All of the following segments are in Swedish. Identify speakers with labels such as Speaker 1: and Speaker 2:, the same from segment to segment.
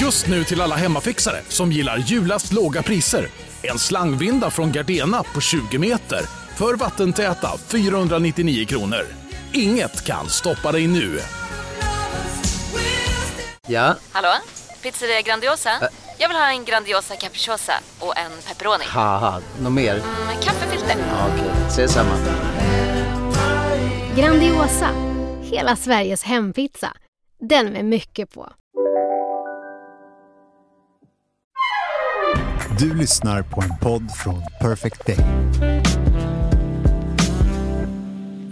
Speaker 1: Just nu till alla hemmafixare som gillar julast låga priser. En slangvinda från Gardena på 20 meter för vattentäta 499 kronor. Inget kan stoppa dig nu.
Speaker 2: Ja,
Speaker 3: Hallå? Pizzeria Grandiosa? Jag vill ha en Grandiosa capriciosa och en pepperoni.
Speaker 2: haha, något mer?
Speaker 3: Med kaffefilter.
Speaker 2: Ja, Okej, ses samma.
Speaker 4: Grandiosa, hela Sveriges hempizza. Den med mycket på.
Speaker 5: Du lyssnar på en podd från Perfect Day.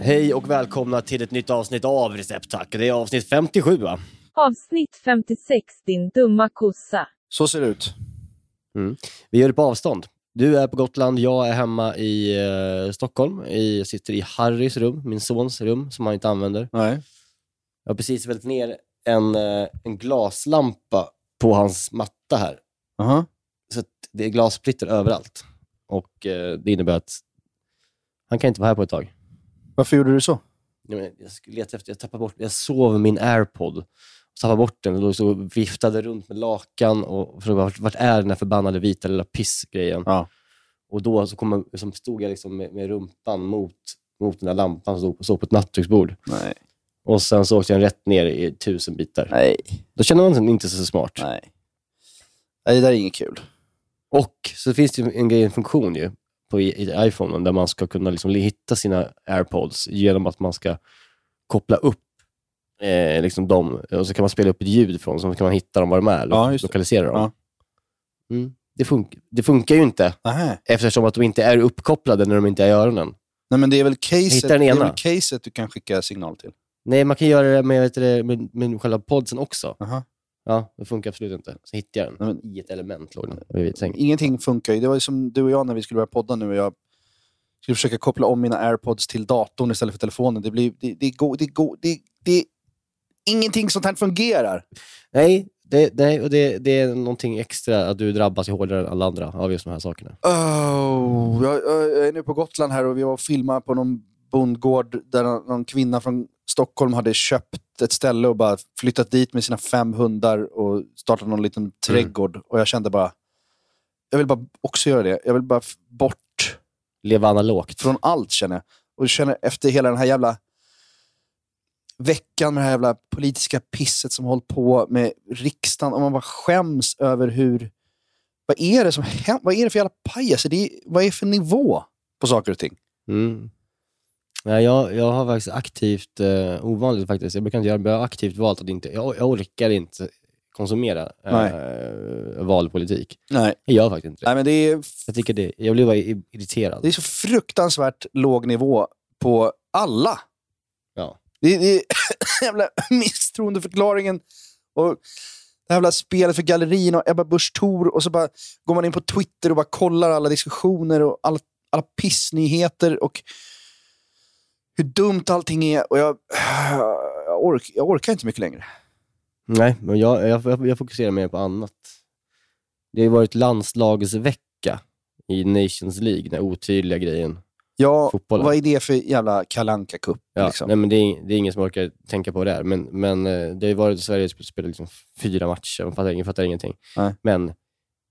Speaker 6: Hej och välkomna till ett nytt avsnitt av Recept Tack. Det är avsnitt 57 va?
Speaker 7: Avsnitt 56 Din dumma kossa.
Speaker 2: Så ser det ut.
Speaker 6: Vi gör det på avstånd. Du är på Gotland, jag är hemma i eh, Stockholm. I, jag sitter i Harrys rum, min sons rum, som han inte använder.
Speaker 2: Nej.
Speaker 6: Jag har precis vält ner en, eh, en glaslampa på hans matta här.
Speaker 2: Aha.
Speaker 6: Så att det är glassplitter överallt. Och eh, det innebär att han kan inte vara här på ett tag.
Speaker 2: Varför gjorde du så?
Speaker 6: Nej, men Jag skulle leta efter, jag tappade bort, jag sov min airpod. Och tappade bort den och låg så och viftade runt med lakan och frågade vart, vart är den här förbannade vita lilla pissgrejen.
Speaker 2: Ja.
Speaker 6: Och då så kom jag, som stod jag liksom med, med rumpan mot, mot den där lampan som stod, på- stod på ett nattduksbord.
Speaker 2: Nej.
Speaker 6: Och sen så åkte den rätt ner i tusen bitar.
Speaker 2: Nej.
Speaker 6: Då känner man sig inte så smart.
Speaker 2: Nej. Nej, det där är inget kul.
Speaker 6: Och så finns det ju en grej, en funktion ju, på i, i iPhone där man ska kunna liksom hitta sina airpods genom att man ska koppla upp eh, liksom dem och så kan man spela upp ett ljud från så kan man hitta dem var de är
Speaker 2: Ja,
Speaker 6: och
Speaker 2: just det.
Speaker 6: lokalisera dem. Mm. Det, fun- det funkar ju inte
Speaker 2: Nej.
Speaker 6: eftersom att de inte är uppkopplade när de inte är i öronen.
Speaker 2: Nej, men det är väl caset,
Speaker 6: Hitta
Speaker 2: det
Speaker 6: den
Speaker 2: är
Speaker 6: ena.
Speaker 2: väl caset du kan skicka signal till?
Speaker 6: Nej, man kan göra det med, vet du, det, med, med själva podsen också.
Speaker 2: Aha.
Speaker 6: Ja, det funkar absolut inte. Så hittade jag den
Speaker 2: Nej, men-
Speaker 6: i ett element låg den bredvid sängen.
Speaker 2: Ingenting funkar ju. Det var ju som du och jag när vi skulle börja podda nu och jag skulle försöka koppla om mina airpods till datorn istället för telefonen. Det blir... Det, det, går, det, går, det, det, ingenting sånt här fungerar.
Speaker 6: Nej, det, nej och det, det är någonting extra att du drabbas ju hårdare än alla andra av just de här sakerna.
Speaker 2: Oh, jag, jag jag är nu på Gotland här och vi var och filmade på någon bondgård där någon någon kvinna från Stockholm hade köpt ett ställe och bara flyttat dit med sina fem hundar och startat någon liten trädgård. Och jag kände bara, jag vill bara också göra det. Jag vill bara f- bort
Speaker 6: Leva analogt.
Speaker 2: från allt känner jag. Och jag känner efter hela den här jävla veckan med det här jävla politiska pisset som håller på med riksdagen. Och man bara skäms över hur... Vad är det som händer? Vad är det för jävla pajas? Det är, vad är det för nivå på saker och ting?
Speaker 6: Mm. Nej, jag, jag har faktiskt aktivt, eh, ovanligt faktiskt, jag brukar inte göra det, men jag har aktivt valt att inte, jag, jag orkar inte konsumera eh, valpolitik.
Speaker 2: Nej.
Speaker 6: Jag gör faktiskt inte det.
Speaker 2: Nej men det är,
Speaker 6: Jag, tycker det, jag blir bara i- irriterad.
Speaker 2: det är så fruktansvärt låg nivå på alla.
Speaker 6: Ja.
Speaker 2: Det, det är jävla misstroendeförklaringen och det här jävla spelet för gallerin och Ebba Busch Thor och så bara går man in på Twitter och bara kollar alla diskussioner och alla, alla pissnyheter och hur dumt allting är. Och jag, jag, ork, jag orkar inte mycket längre.
Speaker 6: Nej, men jag, jag, jag, jag fokuserar mer på annat. Det har ju varit landslagsvecka i Nations League, den här otydliga grejen.
Speaker 2: Ja,
Speaker 6: Fotbollen.
Speaker 2: vad är det för jävla kalanka kupp
Speaker 6: Ja,
Speaker 2: liksom?
Speaker 6: nej, men det, är, det är ingen som orkar tänka på det där. Men, men eh, det har ju varit Sverige som spelar liksom fyra matcher. Man fattar, ingen fattar ingenting.
Speaker 2: Nej.
Speaker 6: Men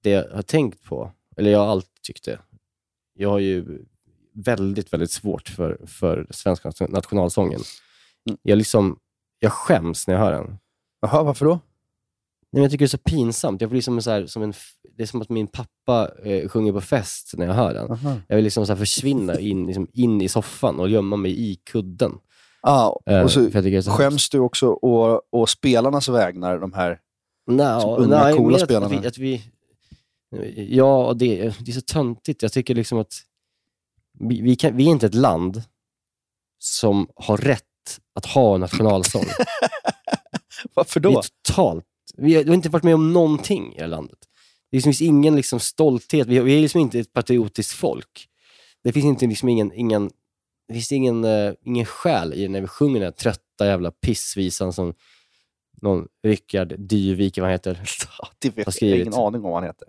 Speaker 6: det jag har tänkt på, eller jag har alltid tyckt det. Jag har ju väldigt, väldigt svårt för, för svenska nation- nationalsången.
Speaker 2: Mm.
Speaker 6: Jag, liksom, jag skäms när jag hör den. Nej,
Speaker 2: Jaha, varför då?
Speaker 6: men jag tycker det är så pinsamt. Jag blir som en, så här, som en, f- det är som att min pappa eh, sjunger på fest när jag hör den.
Speaker 2: Aha.
Speaker 6: Jag vill liksom så här försvinna in, liksom in i soffan och gömma mig i kudden.
Speaker 2: Ah,
Speaker 6: Eh,
Speaker 2: och så
Speaker 6: för jag tycker det är så hemskt.
Speaker 2: skäms du också å, å spelarnas vägnar, de här
Speaker 6: Nej,
Speaker 2: Som Typ unga,
Speaker 6: nej,
Speaker 2: coola
Speaker 6: mer att
Speaker 2: spelarna.
Speaker 6: Vi, att vi, ja, och det, det är så töntigt. Jag tycker liksom att vi, vi, kan, vi är inte ett land som har rätt att ha en nationalsång.
Speaker 2: Varför
Speaker 6: vi är totalt... Vi har, vi har inte varit med om någonting i det här landet. Det finns ingen liksom stolthet. Vi, vi är liksom inte ett patriotiskt folk. Det finns inte liksom ingen, ingen, det finns ingen, eh, ingen själ i det när vi sjunger den här trötta jävla pissvisan som någon Rickard Dyvik, vad han heter.
Speaker 2: Det
Speaker 6: Har
Speaker 2: vet jag, jag har
Speaker 6: skrivit.
Speaker 2: ingen aning om vad han heter.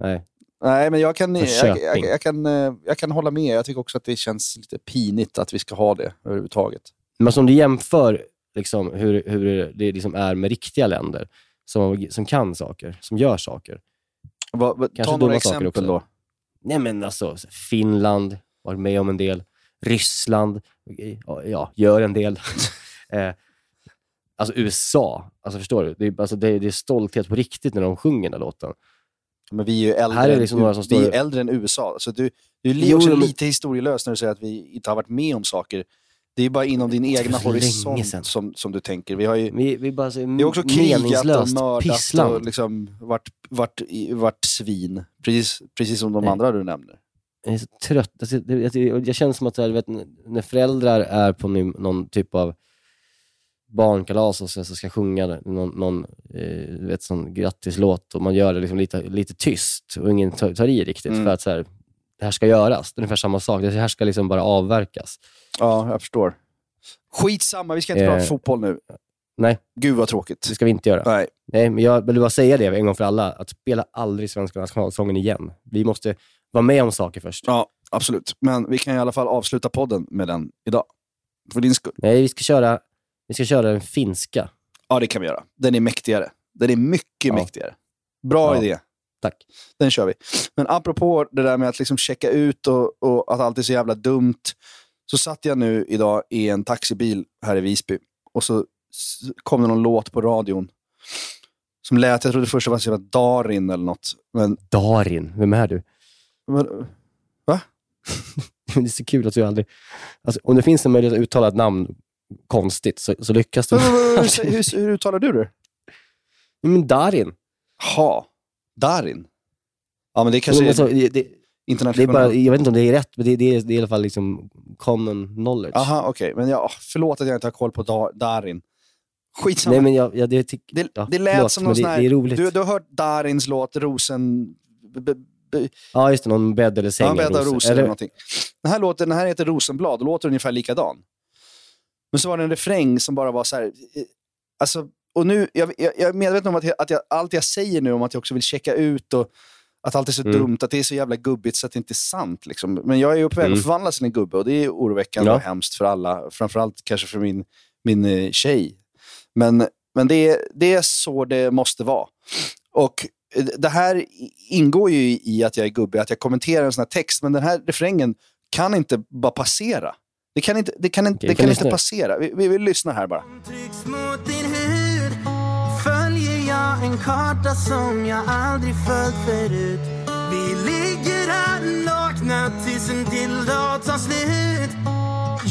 Speaker 6: Nej.
Speaker 2: Nej, men jag kan,
Speaker 6: Från
Speaker 2: jag, jag,
Speaker 6: Köping.
Speaker 2: jag, kan, eh, jag kan hålla med. Jag tycker också att det känns lite pinigt att vi ska ha det överhuvudtaget.
Speaker 6: Men som du jämför liksom, hur, hur det liksom är med riktiga länder, som, som kan saker, som gör saker.
Speaker 2: Va, va,
Speaker 6: Kanske
Speaker 2: ta
Speaker 6: dumma
Speaker 2: några
Speaker 6: saker
Speaker 2: exempel
Speaker 6: också.
Speaker 2: då.
Speaker 6: Nej men alltså, Finland, varit med om en del. Ryssland, ja, gör en del. eh, alltså USA, alltså förstår du? Det är, alltså, det, är, det är stolthet på riktigt när de sjunger den här låten.
Speaker 2: Men vi är ju äldre,
Speaker 6: Här är det liksom
Speaker 2: än-
Speaker 6: några som
Speaker 2: vi är
Speaker 6: står-
Speaker 2: äldre än USA. Så du, du är li-
Speaker 6: Jo,
Speaker 2: också
Speaker 6: men-
Speaker 2: lite historielös när du säger att vi inte har varit med om saker. Det är bara inom din
Speaker 6: Det är
Speaker 2: egna
Speaker 6: så Typ länge sedan.
Speaker 2: horisont som, som du tänker. Vi har ju
Speaker 6: Vi, vi bara så
Speaker 2: vi har också krigat och
Speaker 6: Mm, meningslöst
Speaker 2: mördat
Speaker 6: pissland.
Speaker 2: och liksom varit, varit, i- varit svin. Precis, precis som de
Speaker 6: Nej.
Speaker 2: andra du nämner.
Speaker 6: Jag är så trött. Alltså, det- jag, jag, jag känner som att så här, du vet, n- när föräldrar är på ny- någon typ av barnkalas och så, så ska sjunga någon, någon eh, du vet, sån grattislåt och man gör det liksom lite, lite tyst och ingen tar, tar i riktigt
Speaker 2: Mm.
Speaker 6: för att så här, det här ska göras. Det är ungefär samma sak. Det här ska liksom bara avverkas.
Speaker 2: Ja, jag förstår. Skitsamma, vi ska inte
Speaker 6: Eh,
Speaker 2: prata fotboll nu.
Speaker 6: nej.
Speaker 2: Gud vad
Speaker 6: Det
Speaker 2: tråkigt.
Speaker 6: ska vi inte göra.
Speaker 2: Nej.
Speaker 6: Nej, men jag vill bara säga det en gång för alla, att spela aldrig svenska nationalsången igen. Vi måste vara med om saker först.
Speaker 2: Ja, absolut. Men vi kan i alla fall avsluta podden med den idag. För din skull.
Speaker 6: Nej, vi ska köra, vi ska köra den finska.
Speaker 2: Ja, det kan vi göra. Den är mäktigare. Den är mycket
Speaker 6: Ja.
Speaker 2: mäktigare. Bra
Speaker 6: Ja.
Speaker 2: idé.
Speaker 6: Tack.
Speaker 2: Den kör vi. Men apropå det där med att liksom checka ut och, och att allt är så jävla dumt. Så satt jag nu idag i en taxibil här i Visby och så s- kom det någon låt på radion. Som lät, jag trodde först det var så jävla Darin eller något. Men,
Speaker 6: Darin, vem är du?
Speaker 2: men
Speaker 6: Men det är så kul att du aldrig... Alltså, om det finns en möjlighet att uttala ett namn konstigt så, så lyckas du.
Speaker 2: Vad- vad- vad- hur, hur, hur uttalar du det?
Speaker 6: Nej, men Darin.
Speaker 2: Ha. Darin. Ja, men det kanske
Speaker 6: Men alltså, det,
Speaker 2: är
Speaker 6: det, det är
Speaker 2: internationellt.
Speaker 6: bara, jag vet inte om det är rätt, men det, det, är, det är i alla fall liksom common knowledge.
Speaker 2: Aha, okej. Men jag, förlåt att jag inte har koll på da, Darin. Skitsamma.
Speaker 6: Nej, men jag, jag, det, tyck,
Speaker 2: det,
Speaker 6: ja,
Speaker 2: det lät
Speaker 6: förlåt,
Speaker 2: som
Speaker 6: men
Speaker 2: någon
Speaker 6: det,
Speaker 2: sån här...
Speaker 6: det är roligt.
Speaker 2: Du, du har hört Darins låt Rosen... b- b-
Speaker 6: Ja, just det. Någon bädd eller säng.
Speaker 2: Ja, Bädda
Speaker 6: rosor.
Speaker 2: rosor eller någonting. Den här låten den här heter Rosenblad och låter ungefär likadan. Men så var det en refräng som bara var så här... eh, Alltså, och nu, jag, jag, jag är medveten om att, jag, att jag, allt jag säger nu om att jag också vill checka ut och att allt är så
Speaker 6: Mm.
Speaker 2: dumt, att det är så jävla gubbigt så att det inte är sant. Liksom. Men jag är ju på väg
Speaker 6: Mm.
Speaker 2: att förvandlas till en gubbe och det är oroväckande
Speaker 6: Ja.
Speaker 2: och hemskt för alla. Framförallt kanske för min, min eh, tjej. Men, men det, är, det är så det måste vara. Och eh, det här i- ingår ju i att jag är gubbe, att jag kommenterar en sån här text, men den här refrängen kan inte bara passera. Det kan inte, det kan inte,
Speaker 6: Okej,
Speaker 2: det
Speaker 6: vi kan
Speaker 2: kan
Speaker 6: lyssna
Speaker 2: inte
Speaker 6: nu.
Speaker 2: passera. Vi, vi, vi lyssnar här bara.
Speaker 8: Trycks mot din hud Följer jag en karta som jag aldrig följt förut Vi ligger här nakna tills en dildo tar slut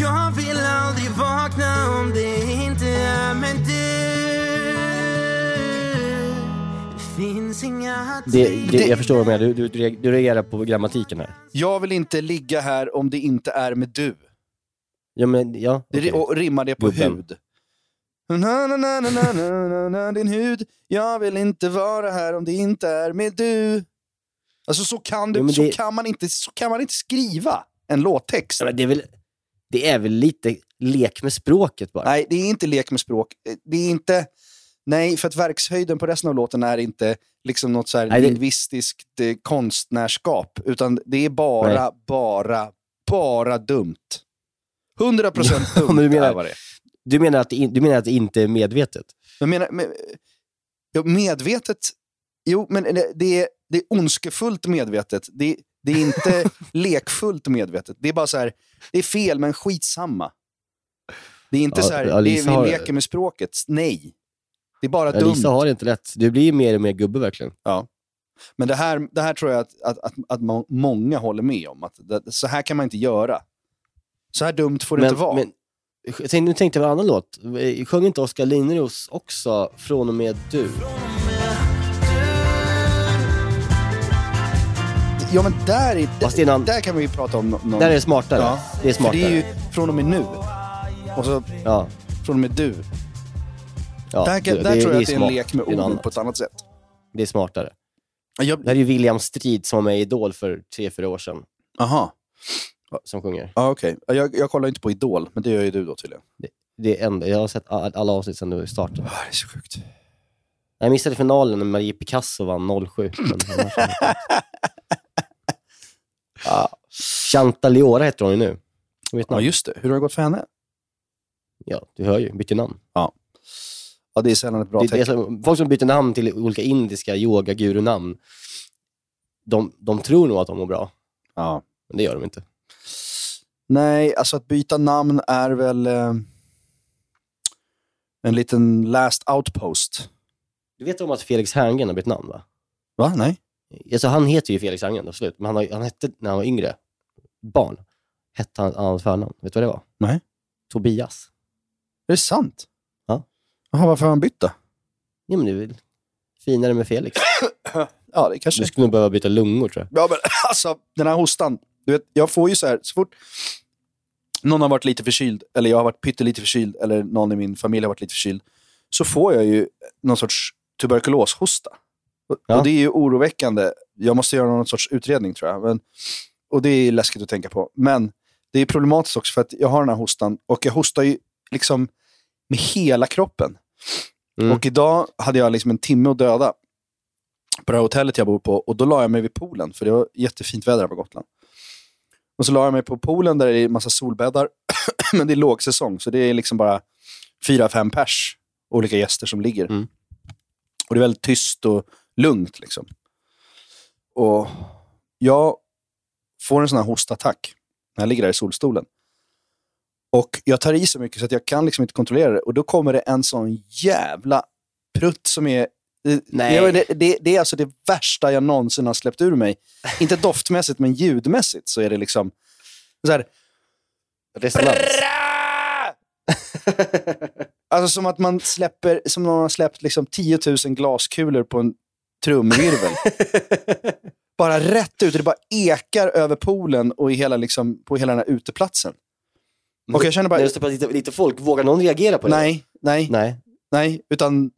Speaker 8: Jag vill aldrig vakna om det inte är med du Det finns inga
Speaker 6: Det, det,
Speaker 2: Det-
Speaker 6: jag förstår vad du menar. Du, du, du reag- du reagerar på grammatiken här.
Speaker 2: Jag vill inte ligga här om det inte är med du.
Speaker 6: Ja, men ja.
Speaker 2: Det-
Speaker 6: okej.
Speaker 2: Och rimmar det på
Speaker 6: Gubben.
Speaker 2: hud. Na, na, na, na, na, na, na, na, din hud. Jag vill inte vara här om det inte är med du. Alltså så kan, du,
Speaker 6: Jo, men
Speaker 2: så
Speaker 6: det-
Speaker 2: kan, man, inte, så kan man inte skriva en låttext.
Speaker 6: Ja, men det, är väl, det är väl lite lek med språket bara.
Speaker 2: Nej, det är inte lek med språk. Eh, Det är inte... Nej, för att verkshöjden på resten av låten är inte liksom något så här
Speaker 6: Nej, det-
Speaker 2: lingvistiskt eh, konstnärskap, utan det är bara,
Speaker 6: Nej.
Speaker 2: bara, bara dumt. 100%
Speaker 6: Ja,
Speaker 2: dumt
Speaker 6: men du menar-
Speaker 2: är vad det är.
Speaker 6: Du, menar att det, in- du menar att det inte är medvetet?
Speaker 2: Men menar, men, ja, medvetet... Jo, men det- det är, det är ondskefullt medvetet. Det, det är inte lekfullt medvetet. Det är bara så här, det är fel, men skitsamma. Det är inte
Speaker 6: Ja,
Speaker 2: så här,
Speaker 6: ja,
Speaker 2: det
Speaker 6: Lisa
Speaker 2: är,
Speaker 6: har-
Speaker 2: vi leker med språket. Nej. Det är bara
Speaker 6: Ja,
Speaker 2: dumt.
Speaker 6: Lisa har det inte lätt. Du blir ju mer och mer gubbe verkligen.
Speaker 2: Men det här, det här tror jag att, att, att, att må- många håller med om. Att det, så här kan man inte göra. Så här dumt får det inte vara.
Speaker 6: men jag tänkte, nu tänkte jag på en annan låt. Eh, Sjöng inte Oskar Linnros också Från och med du?
Speaker 2: ja, men där, är,
Speaker 6: Fast det är en annan-
Speaker 2: där kan vi ju prata om nå- någon...
Speaker 6: Där är det smartare.
Speaker 2: Ja,
Speaker 6: Det är
Speaker 2: för
Speaker 6: smartare.
Speaker 2: det är ju från och med nu. Och så
Speaker 6: ja,
Speaker 2: från och med du.
Speaker 6: ja,
Speaker 2: där kan,
Speaker 6: det-
Speaker 2: där
Speaker 6: det-
Speaker 2: tror jag
Speaker 6: det
Speaker 2: att det är en
Speaker 6: smart.
Speaker 2: lek med
Speaker 6: Det är något
Speaker 2: orden
Speaker 6: annat.
Speaker 2: på ett annat sätt.
Speaker 6: Det är smartare.
Speaker 2: Ja, Jag,
Speaker 6: Det här är ju William Strid som var med i Idol för tre, fyra år sedan,
Speaker 2: aha,
Speaker 6: som sjunger.
Speaker 2: ja, okej. Ja, Jag, jag kollar ju inte på Idol, men det gör ju du då tydligen.
Speaker 6: Det är enda. Jag har sett all- alla avsnitt sedan du startade.
Speaker 2: Ah, Det är så sjukt.
Speaker 6: Jag missade finalen när Marie Picasso vann 07. Men annars har jag
Speaker 2: Ja,
Speaker 6: Chantaliora heter hon ju nu. Hon vet
Speaker 2: ja,
Speaker 6: namn.
Speaker 2: just det. Hur har det gått för henne?
Speaker 6: Ja, du hör ju. Bytte namn.
Speaker 2: Ja, det är sällan ett bra
Speaker 6: Det, det är
Speaker 2: tecken.
Speaker 6: som, folk som byter namn till olika indiska yogagurunamn, de, de tror nog att de mår bra,
Speaker 2: Ja.
Speaker 6: men det gör de inte.
Speaker 2: Nej, alltså att byta namn är väl eh, en liten last outpost.
Speaker 6: Du vet om att Felix Herngren har bytt namn, va?
Speaker 2: Va? Nej?
Speaker 6: Alltså, han heter ju Felix Herngren, absolut, men han, har, han hette, när han var yngre, barn, hette han hans förnamn. Vet du vad det var?
Speaker 2: Nej.
Speaker 6: Tobias.
Speaker 2: Är det sant?
Speaker 6: Ja.
Speaker 2: Jaha, varför har han bytt då?
Speaker 6: Ja, men det är väl finare med Felix.
Speaker 2: Ja, det kanske...
Speaker 6: Du skulle nog behöva byta lungor, tror jag.
Speaker 2: Ja, men alltså, den här hostan. Du vet, jag får ju så här, så fort någon har varit lite förkyld, eller jag har varit pyttelite förkyld, eller någon i min familj har varit lite förkyld, så får jag ju någon sorts tuberkuloshosta. Och,
Speaker 6: Ja.
Speaker 2: och det är ju oroväckande. Jag måste göra någon sorts utredning tror jag. Men, och det är läskigt att tänka på. Men det är problematiskt också för att jag har den här hostan och jag hostar ju liksom med hela kroppen.
Speaker 6: Mm.
Speaker 2: Och idag hade jag liksom en timme att döda på det här hotellet jag bor på och då la jag mig vid poolen för det var jättefint väder här på Gotland. Och så la jag mig på poolen där det är massa solbäddar. Men det är lågsäsong så det är liksom bara fyra, fem pers olika gäster som ligger.
Speaker 6: Mm.
Speaker 2: Och det är väldigt tyst och lugnt liksom. Och jag får en sån här hostattack när jag ligger där i solstolen. Och jag tar i så mycket så att jag kan liksom inte kontrollera det. Och då kommer det en sån jävla prutt som är... det-
Speaker 6: Nej.
Speaker 2: jag- Det, det, det är alltså det värsta jag någonsin har släppt ur mig. Inte doftmässigt, men ljudmässigt så är det liksom... Så här,
Speaker 6: Resonans.
Speaker 2: Alltså som att man släpper, som någon har släppt liksom 10 000 glaskulor på en trumvirvel. bara rätt ut, och det bara ekar över poolen och i hela, liksom, på hela den här uteplatsen. Och jag känner bara,
Speaker 6: När det står på lite, lite folk, vågar någon reagera på det?
Speaker 2: nej, nej,
Speaker 6: Nej.
Speaker 2: nej, utan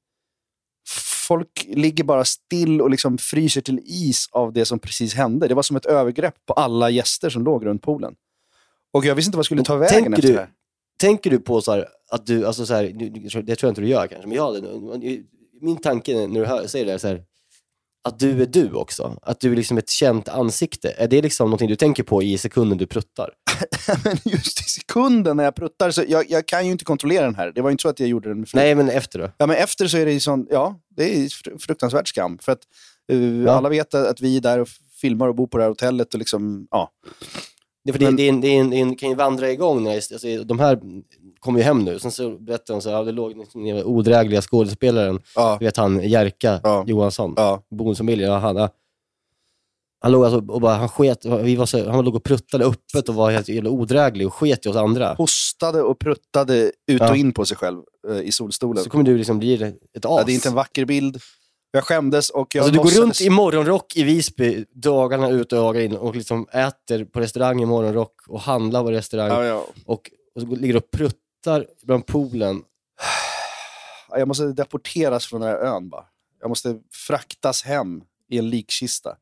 Speaker 2: folk ligger bara still och liksom fryser till is av det som precis hände. Det var som ett övergrepp på alla gäster som låg runt poolen. Och jag visste inte vad jag skulle ta vägen
Speaker 6: tänker
Speaker 2: efter
Speaker 6: du-
Speaker 2: det här.
Speaker 6: Tänker du på så här, att du, alltså så här, du- du- det tror jag inte du gör kanske, men jag, hade- min tanke när du hör, säger det här, så här, att du är du också. Att du är liksom ett känt ansikte. Är det liksom någonting du tänker på i sekunden du pruttar?
Speaker 2: Men just i sekunden när jag pruttar, så jag, jag kan ju inte kontrollera den här. Det var ju inte så att jag gjorde den med flit.
Speaker 6: Nej, men efter då?
Speaker 2: Ja, men efter så är det ju sån, ja, det är fr- fruktansvärt skam. För att eh,
Speaker 6: Ja.
Speaker 2: alla vet att att vi är där och filmar och bor på det här hotellet och liksom, ja.
Speaker 6: Det, är för det,
Speaker 2: Men-
Speaker 6: det, är en, det, är en, det är en, kan ju vandra igång. När, det- alltså, de här kommer ju hem nu. Sen så berättar de så här, ja, det låg den odrägliga skådespelaren,
Speaker 2: Ja.
Speaker 6: du vet han Jerka
Speaker 2: Ja.
Speaker 6: Johansson.
Speaker 2: ja.
Speaker 6: bonusfamiljen. och Han, han låg alltså och bara, han sket, vi var så, han låg och pruttade öppet och var helt jävla odräglig och sket i oss andra.
Speaker 2: Hostade och pruttade ut
Speaker 6: Ja.
Speaker 2: och in på sig själv eh, i solstolen.
Speaker 6: Så kommer du liksom bli ett as.
Speaker 2: ja, det är inte en vacker bild. Jag skämdes och jag
Speaker 6: alltså, du går
Speaker 2: låtsades-
Speaker 6: runt i morgonrock i Visby dagarna ut och dagar in och liksom äter på restaurang i morgonrock och handlar på restaurang
Speaker 2: Ja, ja.
Speaker 6: Och, och så går- ligger och pruttar bland poolen.
Speaker 2: Ja, Jag måste deporteras från den här ön bara. Jag måste fraktas hem i en likkista.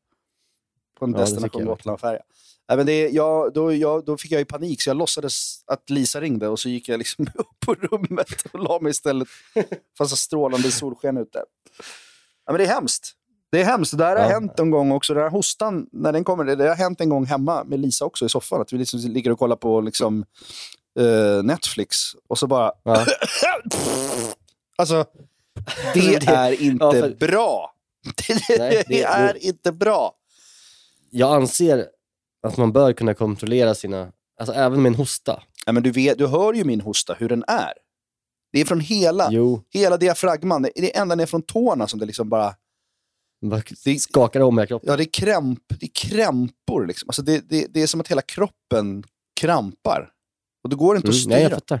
Speaker 2: På en
Speaker 6: Ja, det tycker
Speaker 2: destination
Speaker 6: jag.
Speaker 2: Gotlandfärja. Nej, men det, jag, då, jag, då fick jag ju panik, så jag låtsades att Lisa ringde och så gick jag liksom upp på rummet och la mig istället. Fast det strålande solsken ute. Ja, men det är hemskt. Det är hemskt. Det här har
Speaker 6: Ja.
Speaker 2: hänt en gång också. Den här hostan, när den kommer, det, det har hänt en gång hemma med Lisa också i soffan. Att vi liksom ligger och kollar på liksom, eh, Netflix och så bara...
Speaker 6: Ja.
Speaker 2: Alltså,
Speaker 6: Men
Speaker 2: det
Speaker 6: det-
Speaker 2: är inte
Speaker 6: ja, för-
Speaker 2: bra.
Speaker 6: Nej,
Speaker 2: Det,
Speaker 6: det-
Speaker 2: det är
Speaker 6: det-
Speaker 2: inte bra.
Speaker 6: Jag anser att man bör kunna kontrollera sina, alltså även med en hosta.
Speaker 2: Ja, men du, vet, du hör ju min hosta, hur den är. Det är från hela,
Speaker 6: Jo,
Speaker 2: hela diafragman. Det det är ända ner från tårna som det liksom bara...
Speaker 6: bara
Speaker 2: Det-
Speaker 6: skakar om hela kroppen.
Speaker 2: Ja, det är, krämp, det är krämpor liksom. Alltså det, det, det är som att hela kroppen krampar. Och då går det inte att
Speaker 6: Mm,
Speaker 2: styra.
Speaker 6: nej, jag fattar.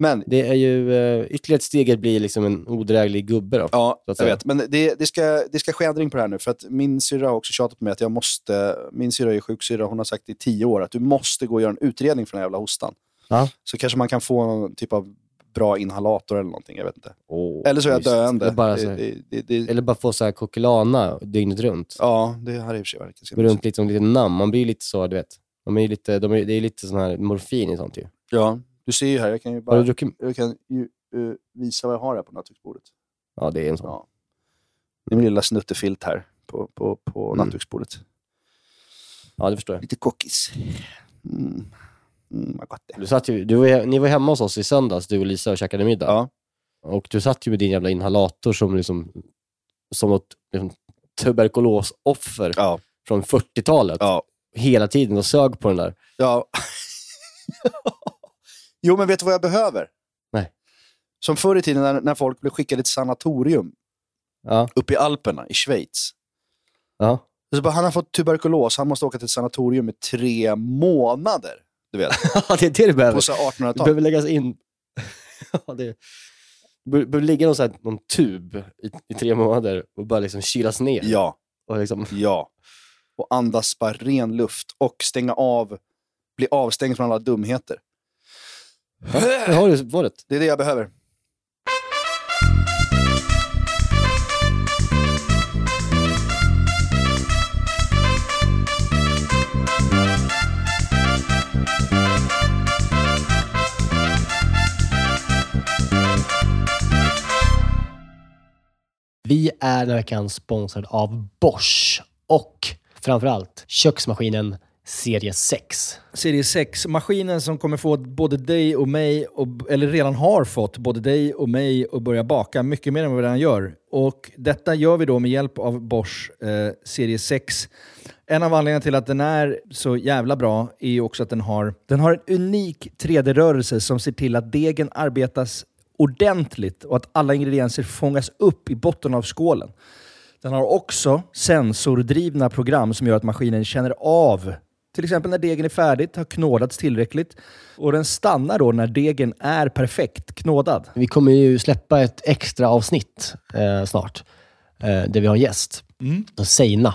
Speaker 2: Men,
Speaker 6: Det är ju, eh, ytterligare ett steg att bli liksom en odräglig gubbe då.
Speaker 2: ja,
Speaker 6: Så att
Speaker 2: jag
Speaker 6: säga.
Speaker 2: vet. Men det, det, ska, det ska ske ändring på det här nu. För att min syrra har också tjatat på mig att jag måste... Min syrra är sjuksyrra. Hon har sagt i tio år att du måste gå och göra en utredning för den här jävla hostan.
Speaker 6: Ja.
Speaker 2: Så kanske man kan få någon typ av bra inhalator eller någonting. Jag vet inte.
Speaker 6: Åh,
Speaker 2: Eller så är jag
Speaker 6: visst.
Speaker 2: döende.
Speaker 6: Eller bara,
Speaker 2: det,
Speaker 6: så,
Speaker 2: det, det, det,
Speaker 6: eller bara få så här kokilana dygnet runt.
Speaker 2: ja, det hade i och för sig varit ganska
Speaker 6: Gå
Speaker 2: mysigt.
Speaker 6: runt lite som lite namn. Man blir ju lite så, du vet. De är ju lite, de är, det är ju lite sån här morfin i sånt ju.
Speaker 2: Ja, du ser ju här. Jag kan ju,
Speaker 6: Har du
Speaker 2: bara,
Speaker 6: druckit?
Speaker 2: jag kan ju eh, visa vad jag har här på nattduksbordet.
Speaker 6: Ja, det är en sån.
Speaker 2: Ja. Det är min lilla snuttefilt här på, på, på
Speaker 6: Mm.
Speaker 2: nattduksbordet.
Speaker 6: Ja, det förstår jag.
Speaker 2: Lite kockis. Mm. Mm, vad gott det är.
Speaker 6: Du satt ju, du var, ju- ni var hemma hos oss i söndags, du och Lisa, och käkade middag.
Speaker 2: Ja.
Speaker 9: Och du satt ju med din jävla inhalator som liksom, som något liksom, tuberkulosoffer
Speaker 10: Ja.
Speaker 9: från 40-talet.
Speaker 10: Ja.
Speaker 9: Hela tiden och sög på den där.
Speaker 10: Ja. jo, men vet du vad jag behöver?
Speaker 9: Nej.
Speaker 10: Som förr i tiden när, när folk blev skickade till sanatorium
Speaker 9: Ja.
Speaker 10: uppe i Alperna i Schweiz.
Speaker 9: Ja.
Speaker 10: Så bara, han har fått tuberkulos, han måste åka till ett sanatorium i tre månader. Du vet,
Speaker 9: det är det du behöver.
Speaker 10: på så här
Speaker 9: Du
Speaker 10: 1800-talet.
Speaker 9: behöver läggas in... ja, det... Du be- behöver ligga någon, så här, någon tub i, i tre månader och bara liksom kylas ner.
Speaker 10: Ja,
Speaker 9: Och liksom...
Speaker 10: ja. Och andas bara ren luft och stänga av, bli avstängd från alla dumheter.
Speaker 9: Hur har du varit?
Speaker 10: Det är det jag behöver.
Speaker 6: Vi är den här veckan sponsrad av Bosch och framförallt köksmaskinen serie 6.
Speaker 2: Serie 6, maskinen som kommer få både dig och mig, och, eller redan har fått både dig och mig att börja baka mycket mer än vad vi redan gör. Och detta gör vi då med hjälp av Bosch eh, Serie 6. En av anledningarna till att den är så jävla bra är ju också att den har, den har en unik 3D-rörelse som ser till att degen arbetas ordentligt och att alla ingredienser fångas upp i botten av skålen. Den har också sensordrivna program som gör att maskinen känner av till exempel när degen är färdigt, har knådats tillräckligt och den stannar då när degen är perfekt knådad.
Speaker 6: Vi kommer ju släppa ett extra avsnitt eh, snart eh, där vi har en gäst.
Speaker 10: Mm.
Speaker 6: Seina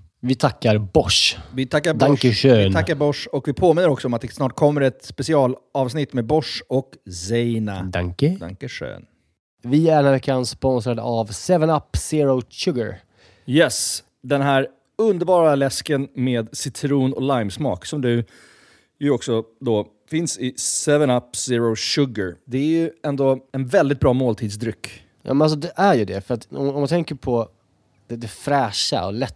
Speaker 6: Vi tackar Bosch.
Speaker 2: Vi tackar Bosch.
Speaker 6: Dankeschön.
Speaker 2: Vi tackar Bosch och vi påminner också om att det snart kommer ett specialavsnitt med Bosch och Zeina.
Speaker 6: Danke.
Speaker 2: Dankeschön.
Speaker 6: Vi är den här veckan sponsrade av 7up Zero Sugar.
Speaker 2: Yes, den här underbara läsken med citron och limesmak som du ju också då finns i 7-Up Zero Sugar. Det är ju ändå en väldigt bra måltidsdryck.
Speaker 6: Ja, men alltså det är ju det. För att om, om man tänker på det, det fräscha och lätta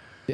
Speaker 6: De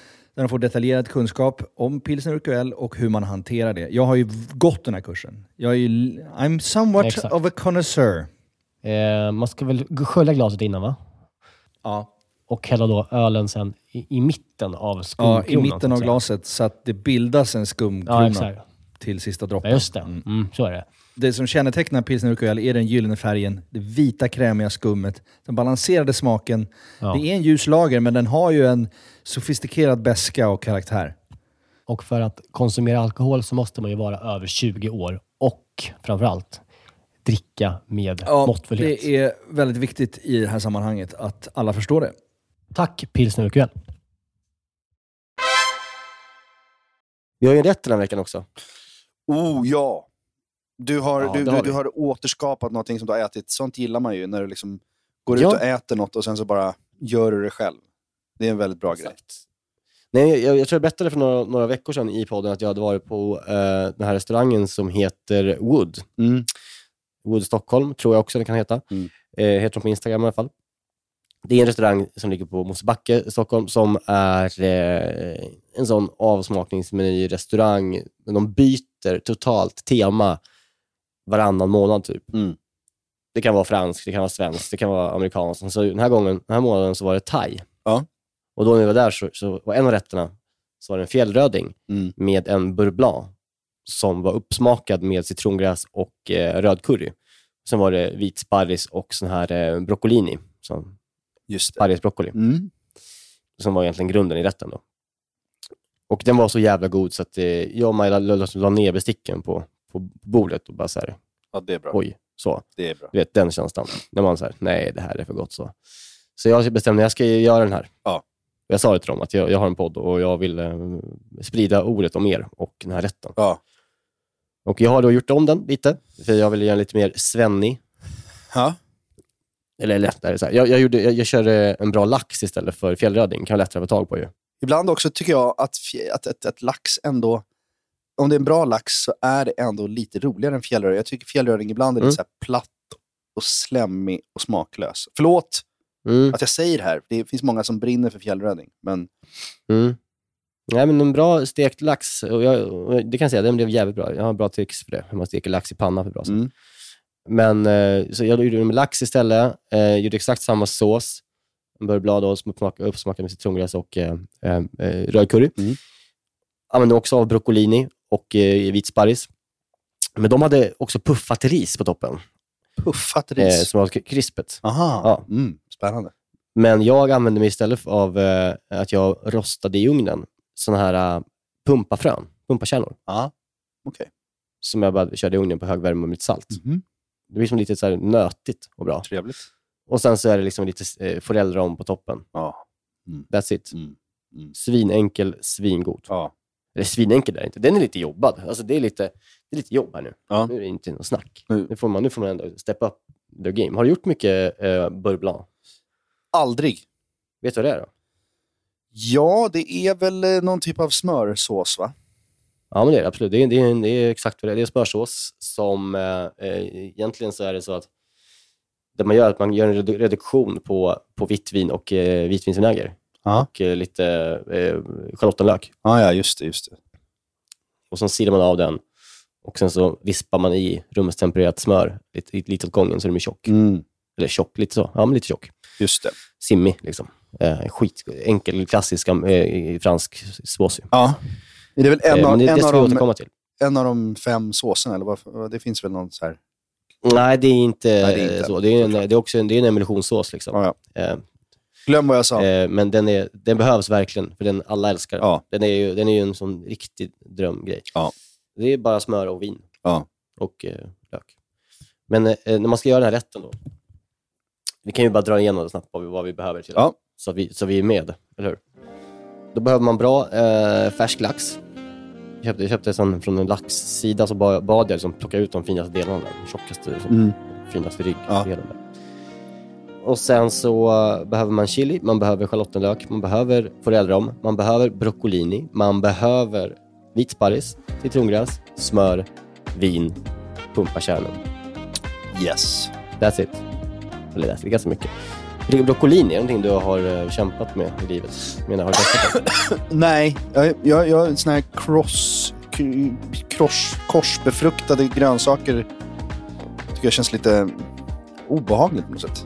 Speaker 2: Där de får detaljerad kunskap om pilsner urquell och hur man hanterar det. Jag har ju gått den här kursen. Jag är ju, I'm somewhat
Speaker 11: Exakt.
Speaker 2: of a connoisseur.
Speaker 11: Eh, man ska väl g- skölja glaset innan va?
Speaker 2: Ja.
Speaker 11: Och hälla då ölen sen i, i mitten av
Speaker 2: Ja,
Speaker 11: skumkronan.
Speaker 2: I
Speaker 11: så
Speaker 2: mitten
Speaker 11: att
Speaker 2: av
Speaker 11: säga.
Speaker 2: glaset så att det bildas en
Speaker 11: Ja,
Speaker 2: skumkrona
Speaker 11: exakt.
Speaker 2: till sista
Speaker 11: Ja,
Speaker 2: droppen.
Speaker 11: just det. Mm, så är det.
Speaker 2: Det som kännetecknar pilsner urquell är den gyllene färgen, det vita krämiga skummet, den balanserade smaken.
Speaker 11: Ja.
Speaker 2: Det är en ljus lager, men den har ju en sofistikerad beska och karaktär.
Speaker 11: Och för att konsumera alkohol så måste man ju vara över 20 år och framförallt dricka med måttfullhet.
Speaker 2: det är väldigt viktigt i det här sammanhanget att alla förstår det.
Speaker 11: Tack Pilsner Urquell.
Speaker 6: Vi har ju rätt den här veckan också.
Speaker 5: Oh ja! Du har,
Speaker 6: Ja,
Speaker 5: du,
Speaker 6: det
Speaker 5: du,
Speaker 6: har
Speaker 5: du
Speaker 6: vi.
Speaker 5: har återskapat någonting som du har ätit. Sånt gillar man ju, när du liksom går
Speaker 6: Ja.
Speaker 5: ut och äter något och sen så bara gör du det själv. Det är en väldigt bra grej.
Speaker 6: Exakt. Nej, jag, jag tror jag berättade för några, några veckor sedan i podden att jag hade varit på eh, den här restaurangen som heter Wood.
Speaker 5: Mm.
Speaker 6: Wood Stockholm, tror jag också den kan heta.
Speaker 5: Mm.
Speaker 6: Eh, heter de på Instagram i alla fall. Det är en restaurang som ligger på Mosebacke i Stockholm som är eh, en sån avsmakningsmeny-restaurang. Men De byter totalt tema varannan månad typ.
Speaker 5: Mm.
Speaker 6: Det kan vara franskt, det kan vara svenskt, det kan vara amerikanskt. Så den här gången, den här månaden så var det thai.
Speaker 5: Ja.
Speaker 6: Och då när vi var där så, så var en av rätterna så var det en fjällröding
Speaker 5: Mm.
Speaker 6: med en beurre blanc som var uppsmakad med citrongräs och eh, röd curry. Sen var det vit sparris och sån här eh, broccolini, som
Speaker 5: Just det.
Speaker 6: sparrisbroccoli,
Speaker 5: Mm.
Speaker 6: som var egentligen grunden i rätten. Då. Och den var så jävla god så att eh, jag och Maja la, la, la ner besticken på, på bordet och bara så här,
Speaker 5: Ja, det är bra.
Speaker 6: oj, så.
Speaker 5: Det är bra.
Speaker 6: Du vet, den känslan. När man säger nej, det här är för gott så. Så jag bestämde, jag ska göra den här.
Speaker 5: Ja.
Speaker 6: Jag sa det till dem, att jag, jag har en podd och jag vill eh, sprida ordet om er och den här rätten.
Speaker 5: Ja.
Speaker 6: Och jag har då gjort om den lite, för jag ville göra den lite mer svennig.
Speaker 5: Ha?
Speaker 6: Eller lättare så här. Jag, jag, gjorde, jag, jag körde en bra lax istället för fjällröding. kan vara lättare att få tag på ju.
Speaker 5: Ibland också tycker jag att, fj- att, att, att lax ändå... Om det är en bra lax så är det ändå lite roligare än fjällröring. Jag tycker fjällröring ibland är
Speaker 6: Mm.
Speaker 5: lite så här platt och slemmig och smaklös. Förlåt
Speaker 6: Mm,
Speaker 5: att jag säger det här. Det finns många som brinner för fjällröring. Men
Speaker 6: mm. Nej, men en bra stekt lax, och jag, och det kan jag säga, den blev jävligt bra. Jag har bra tricks för det, hur man steker lax i panna på ett bra sätt.
Speaker 5: mm.
Speaker 6: Men eh, så jag gjorde det med lax istället. Eh, gjorde exakt samma sås. En Burblad och uppsmakad uppsmakad med citrongräs och eh, eh, eh, röd curry.
Speaker 5: Mm.
Speaker 6: Använde också av broccolini och eh, vit sparris. Men de hade också puffat ris på toppen,
Speaker 5: puffat
Speaker 6: eh,
Speaker 5: ris.
Speaker 6: som var k- krispet.
Speaker 5: Aha.
Speaker 6: Ja.
Speaker 5: Mm. Spännande.
Speaker 6: Men jag använde mig istället av eh, att jag rostade i ugnen sådana här eh, pumpafrön, pumpakärnor,
Speaker 5: Ja. Okej.
Speaker 6: som jag bara körde i ugnen på hög värme med lite salt.
Speaker 5: Mhm.
Speaker 6: Det blir som lite så här nötigt och bra.
Speaker 5: Trevligt.
Speaker 6: Och sen så är det liksom lite eh, forellrom på toppen.
Speaker 5: Ja.
Speaker 6: That's it.
Speaker 5: Mm. Mm.
Speaker 6: Svinenkel, svingod.
Speaker 5: Ja.
Speaker 6: Eller svinenkel är det inte. Den är lite jobbad. Alltså det är lite, det är lite jobb här nu.
Speaker 5: Ja.
Speaker 6: Nu är det inte något snack.
Speaker 5: Nu.
Speaker 6: Nu får man, nu får man ändå steppa upp the game. Har du gjort mycket eh, beurre blanc?
Speaker 5: Aldrig.
Speaker 6: Vet du vad det är då?
Speaker 5: Ja, det är väl eh, någon typ av smörsås, va?
Speaker 6: Ja, men det är det absolut. Det är, det är, det är exakt vad det är. Det är smörsås som eh, eh, egentligen så är det så att det man gör är att man gör en redu- reduktion på, på vitt vin och eh, vitvinsvinäger.
Speaker 5: Ja.
Speaker 6: Och eh, lite eh, schalottenlök.
Speaker 5: Ah, ja, just det. Just det.
Speaker 6: och sen silar man av den och sen så vispar man i rumstempererat smör lite, lite åt gången så den blir tjock.
Speaker 5: Mm.
Speaker 6: Eller tjock, lite så. Ja, men lite tjock.
Speaker 5: Just det.
Speaker 6: Simmig, liksom. Eh, skit, enkel, klassisk eh, fransk sås. ju.
Speaker 5: Ja. Det är väl en
Speaker 6: Eh,
Speaker 5: av,
Speaker 6: men det, det
Speaker 5: en
Speaker 6: ska
Speaker 5: av
Speaker 6: vi
Speaker 5: de
Speaker 6: återkomma till.
Speaker 2: en av de fem såserna? Eller vad, det finns väl någon så här...
Speaker 6: Nej, det är inte,
Speaker 2: Nej, det är inte.
Speaker 6: så. Det är, en, det är också en, det är en emulsionssås. Liksom.
Speaker 2: Ja,
Speaker 6: Eh,
Speaker 2: Glöm vad jag sa.
Speaker 6: eh, men den, är, den behövs verkligen, för den alla älskar den.
Speaker 2: Ja.
Speaker 6: Den är ju, den är ju en sån riktig drömgrej.
Speaker 2: Ja.
Speaker 6: Det är bara smör och vin
Speaker 2: Ja.
Speaker 6: och eh, lök. Men eh, när man ska göra den här rätten då, vi kan ju bara dra igenom det snabbt vad vi, vad vi behöver till
Speaker 2: Ja.
Speaker 6: så, att vi, så vi är med, eller hur? Då behöver man bra eh, färsk lax. Jag köpte, jag köpte sån från en laxsida så ba- bad jag liksom plocka ut de finaste delarna, där, de tjockaste, liksom,
Speaker 2: Mm.
Speaker 6: finaste
Speaker 2: Ja.
Speaker 6: ryggdelen. där. Och sen så eh, behöver man chili, man behöver schalottenlök, man behöver forellrom, man behöver broccolini, man behöver vit sparris, citrongräs, smör, vin, pumpakärnor.
Speaker 2: Yes.
Speaker 6: That's it. Eller that's it, ganska mycket. Broccolini, broccolini, är det någonting du har eh, kämpat med i livet? Jag menar, har du testat det?
Speaker 2: Nej, jag, jag, jag är sån här cross, k- cross, korsbefruktade grönsaker. Tycker jag känns lite obehagligt på något sätt.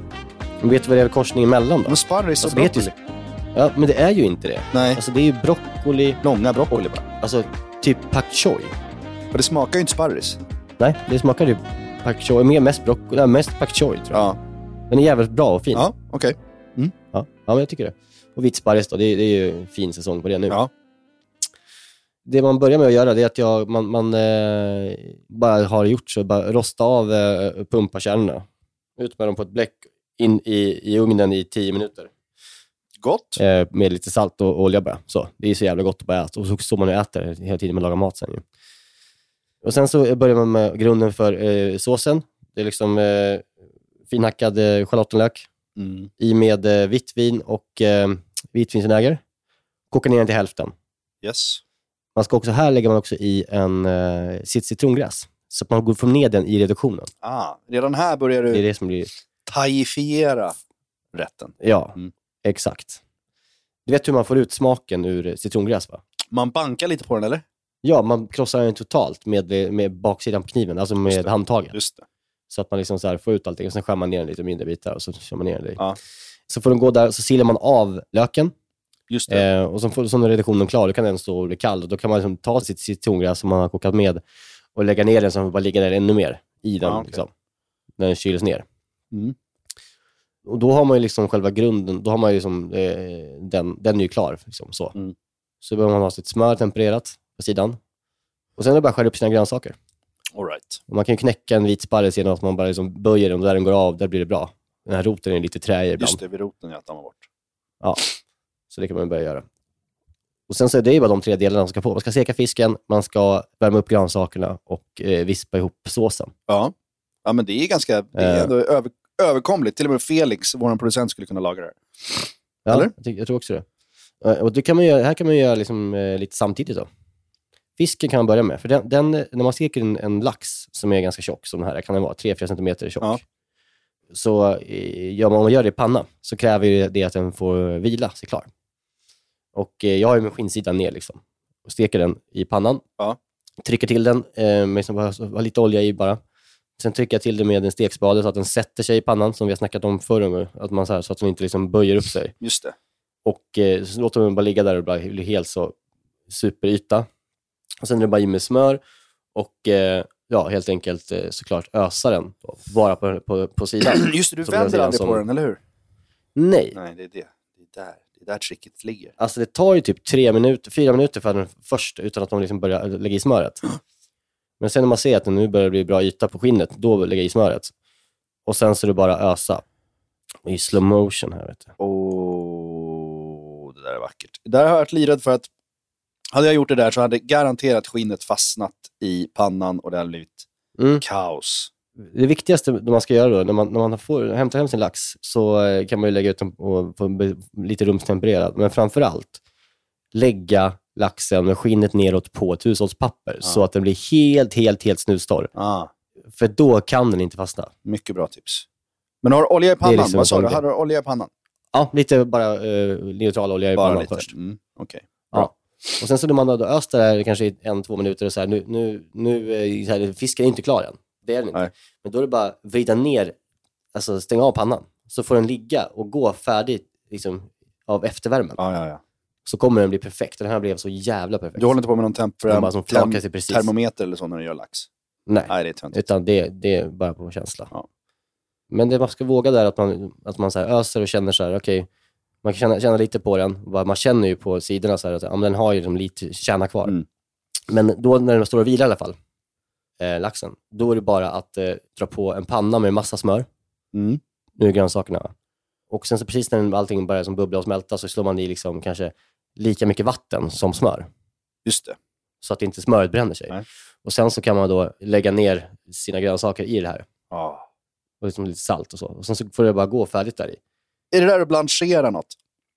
Speaker 6: Men Vet du vad det är korsningen mellan då?
Speaker 2: Men sparris och
Speaker 6: Alltså, det heter ju-
Speaker 2: broccoli.
Speaker 6: Ja, men det är ju inte det.
Speaker 2: Nej,
Speaker 6: Alltså det är ju broccoli,
Speaker 2: långa broccoli bara.
Speaker 6: alltså typ pak choi.
Speaker 2: För det smakar ju inte sparris.
Speaker 6: Nej, det smakar ju pak choi, mer mest broccoli, nej, mest pak choi tror jag.
Speaker 2: Ja,
Speaker 6: Den är jävligt bra och fin.
Speaker 2: ja okej.
Speaker 6: Ja, ja men jag tycker det. Och vitt sparris då, det, är- det är ju en fin säsong på det nu.
Speaker 2: Ja.
Speaker 6: Det man börjar med att göra det är att jag, man, man eh, bara har gjort så, bara rosta av eh, pumpakärnorna. Ut med dem på ett bläck, in i, i ugnen i tio minuter.
Speaker 2: Gott.
Speaker 6: Eh, med lite salt och olja bara. Så, det är så jävla gott att bara äta. Och så står man och äter hela tiden man lagar mat sen ju. Och sen så börjar man med grunden för eh, såsen. Det är liksom eh, finhackad eh, schalottenlök,
Speaker 2: Mm.
Speaker 6: i med eh, vitt vin och eh, vitvinsvinäger. Koka ner den till hälften.
Speaker 2: Yes.
Speaker 6: Man ska också, här lägger man också i en, eh, sitt citrongräs. Så att man går får ner den i reduktionen.
Speaker 2: Ah, redan här börjar
Speaker 6: Det är
Speaker 2: du
Speaker 6: det som blir...
Speaker 2: taifiera rätten.
Speaker 6: Ja,
Speaker 2: Mm.
Speaker 6: exakt. Du vet hur man får ut smaken ur eh, citrongräs, va?
Speaker 2: Man bankar lite på den, eller?
Speaker 6: Ja, man krossar den totalt med, med baksidan på kniven, alltså
Speaker 2: Just
Speaker 6: med
Speaker 2: det.
Speaker 6: handtaget.
Speaker 2: Just det.
Speaker 6: Så att man liksom så här får ut allting och sen skär man ner den lite i mindre bitar och så kör man ner den i.
Speaker 2: Ja.
Speaker 6: Så får den gå där, så silar man av löken.
Speaker 2: Just det.
Speaker 6: Eh, och så, får, så när reduktionen är klar, då kan den stå och bli kall. Och då kan man liksom ta sitt citrongräs som man har kokat med och lägga ner den så att den bara ligger där ännu mer i den,
Speaker 2: Ja, okej.
Speaker 6: liksom, när den kyls ner.
Speaker 2: Mm.
Speaker 6: Och då har man ju liksom själva grunden, då har man ju liksom, eh, den, den är ju klar. Liksom, så.
Speaker 2: Mm.
Speaker 6: så behöver man ha sitt smör tempererat på sidan. Och sen är det bara att skära upp sina grönsaker.
Speaker 2: All right.
Speaker 6: Och man kan ju knäcka en vit sparris genom att man bara liksom böjer den och där den går av, där blir det bra. Den här roten är lite träig ibland.
Speaker 2: Just det, vid roten jag tar man bort.
Speaker 6: Så det kan man börja göra. Och sen så är det ju bara de tre delarna man ska få. Man ska steka fisken, man ska värma upp grönsakerna och eh, vispa ihop såsen.
Speaker 2: Ja. Ja, men det är ganska det är
Speaker 6: Eh.
Speaker 2: ändå över, överkomligt. Till och med Felix, vår producent, skulle kunna laga det här.
Speaker 6: Ja,
Speaker 2: Eller?
Speaker 6: Jag, tycker- jag tror också det. Eh, Och det kan man göra, här kan man göra liksom, eh, lite samtidigt. Då. Fisken kan man börja med. För den, den, när man steker en, en lax som är ganska tjock, som den här kan den vara, 3-4 centimeter tjock,
Speaker 2: Ja.
Speaker 6: så eh, gör man, om man gör det i panna så kräver ju det att den får vila sig klar. Och eh, jag har ju min skinnsida ner liksom och steker den i pannan.
Speaker 2: Ja.
Speaker 6: Trycker till den eh, med som bara, så- har lite olja i bara. Sen trycker jag till det med en stekspade så att den sätter sig i pannan som vi har snackat om förr. om, Att man så, här, så att den inte liksom böjer upp sig.
Speaker 2: Just det.
Speaker 6: Och eh, så låter man den bara ligga där och bara bli helt så superyta. Och sen är det bara i med smör och eh, ja, helt enkelt eh, såklart ösa den. då, Bara på, på, på sidan.
Speaker 2: Just det, du
Speaker 6: Som den
Speaker 2: vänder
Speaker 6: sidan
Speaker 2: aldrig på
Speaker 6: som-
Speaker 2: den, eller hur?
Speaker 6: Nej.
Speaker 2: Nej, det är det. Det är där, det är där tricket ligger.
Speaker 6: Alltså det tar ju typ tre minuter, fyra minuter för den först utan att de liksom börjar lägga i smöret. Men sen när man ser att det nu börjar bli bra yta på skinnet, då lägger jag i smöret. Och sen så är det bara att ösa. I slow motion här vet du.
Speaker 2: Åh, det där är vackert. Där har jag varit livrädd för att hade jag gjort det där så hade garanterat skinnet fastnat i pannan och det hade blivit
Speaker 6: Mm.
Speaker 2: kaos.
Speaker 6: Det viktigaste man ska göra då, när man, när man får, hämtar hem sin lax, så eh, kan man ju lägga ut den och få den be- lite rumstempererad. Men framför allt, lägga laxen med skinnet neråt på ett hushållspapper så att den blir helt, helt, helt snustorr.
Speaker 2: Ah,
Speaker 6: För då kan den inte fastna.
Speaker 2: mycket bra tips. Men har du olja i pannan?
Speaker 6: liksom
Speaker 2: Vad sa
Speaker 6: en
Speaker 2: du?
Speaker 6: sån
Speaker 2: Har du olja i pannan?
Speaker 6: Ja, lite bara eh, neutral olja i
Speaker 2: Bara
Speaker 6: pannan
Speaker 2: lite.
Speaker 6: först.
Speaker 2: Mm, Okej.
Speaker 6: Ja. Och sen så när man har öst det där kanske i en, två minuter och så här, nu, nu, nu är- så här, fisken är inte klar än. Det är den inte.
Speaker 2: Nej.
Speaker 6: Men då är det bara att vrida ner, alltså stänga av pannan. Så får den ligga och gå färdigt liksom, av eftervärmen.
Speaker 2: Ja, ja, ja.
Speaker 6: så kommer den bli perfekt. Den här blev så jävla perfekt.
Speaker 2: Du håller inte på med någon temp
Speaker 6: De bara som flakar sig precis.
Speaker 2: termometer eller så när du gör lax?
Speaker 6: Nej.
Speaker 2: Nej, det är töntigt.
Speaker 6: Utan det, det är bara på känsla.
Speaker 2: Ja.
Speaker 6: Men det man ska våga där är att man, att man så här öser och känner så här, okej, man kan känna, känna lite på den. Bara- Man känner ju på sidorna så här, att ja, men den har ju liksom lite kärna kvar.
Speaker 2: Mm.
Speaker 6: Men då när den står och vilar i alla fall, eh, laxen, då är det bara att eh, dra på en panna med massa smör.
Speaker 2: Mm.
Speaker 6: Nu är grönsakerna. va? Och sen så precis när allting börjar som bubbla och smälta så slår man i liksom kanske lika mycket vatten som smör
Speaker 2: Just det.
Speaker 6: så att inte smöret bränner sig.
Speaker 2: Nej.
Speaker 6: Och Sen så kan man då lägga ner sina grönsaker i det här.
Speaker 2: Ja.
Speaker 6: Och liksom lite salt och så. Och Sen så får det bara gå färdigt där i.
Speaker 2: Är det där att blanchera något?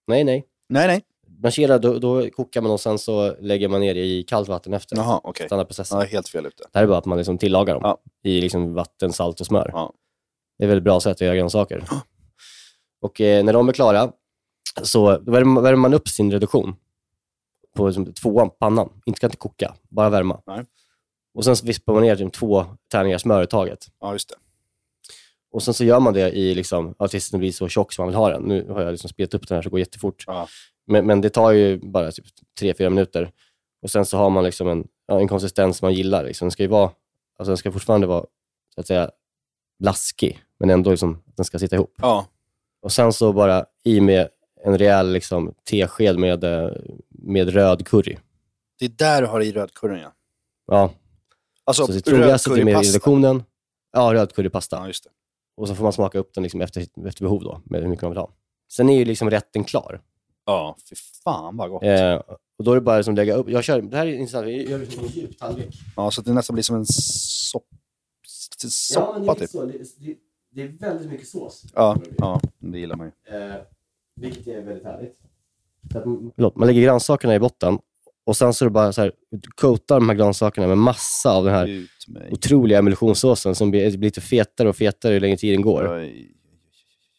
Speaker 6: Nej, nej.
Speaker 2: Nej, nej.
Speaker 6: Blanchera, då, då kokar man och sen så lägger man ner det i kallt vatten efter.
Speaker 2: Jaha, okej.
Speaker 6: Standardprocessen.
Speaker 2: Ja, helt fel ute.
Speaker 6: Det här är bara att man liksom tillagar dem
Speaker 2: Ja.
Speaker 6: i liksom vatten, salt och smör.
Speaker 2: Ja.
Speaker 6: Det är väl ett bra sätt att göra grönsaker. Och eh, när de är klara så värmer, värmer man upp sin reduktion på liksom, tvåan, pannan. Inte kan inte koka, bara värma.
Speaker 2: Nej.
Speaker 6: Och sen så vispar man ner liksom, två tärningar smör i taget.
Speaker 2: Ja, just det.
Speaker 6: Och sen så gör man det i liksom, ja, tills den blir så tjock som man vill ha den. Nu har jag liksom spelat upp den här så det går jättefort.
Speaker 2: Ja.
Speaker 6: Men, men det tar ju bara typ 3-4 minuter. Och sen så har man liksom en, ja, en konsistens man gillar. Liksom. Den ska ju vara, alltså den ska fortfarande vara så att säga blaskig, men ändå liksom, den ska sitta ihop.
Speaker 2: Ja.
Speaker 6: Och sen så bara i med en rejäl liksom, tesked med, eh, med röd curry.
Speaker 2: Det är där du har i rödkurren, ja.
Speaker 6: Ja,
Speaker 2: Alltså,
Speaker 6: så citronjäst sitter med i
Speaker 2: rödcurrypasta.
Speaker 6: reduktionen. Ja, röd currypasta.
Speaker 2: Ja, just det.
Speaker 6: Och så får man smaka upp den liksom efter, efter behov då, med hur mycket man vill ha. Sen är ju liksom rätten klar.
Speaker 2: Ja, fy fan vad gott.
Speaker 6: Eh, och då är det bara liksom lägga upp. Jag kör, det här är intressant, jag gör liksom en djup tallrik.
Speaker 2: Ja, så att det nästan blir som en sopp... s- soppa, typ.
Speaker 6: så. Det, är väldigt mycket sås. Eh,
Speaker 2: Ja, ja, det gillar man ju.
Speaker 6: vilket är väldigt härligt. Förlåt, man lägger grönsakerna i botten och sen så är det bara så här, coatar de här grönsakerna med massa av den här
Speaker 2: Ut mig.
Speaker 6: otroliga emulsionssåsen som blir, blir lite fetare och fetare ju längre tiden går.
Speaker 2: Oj.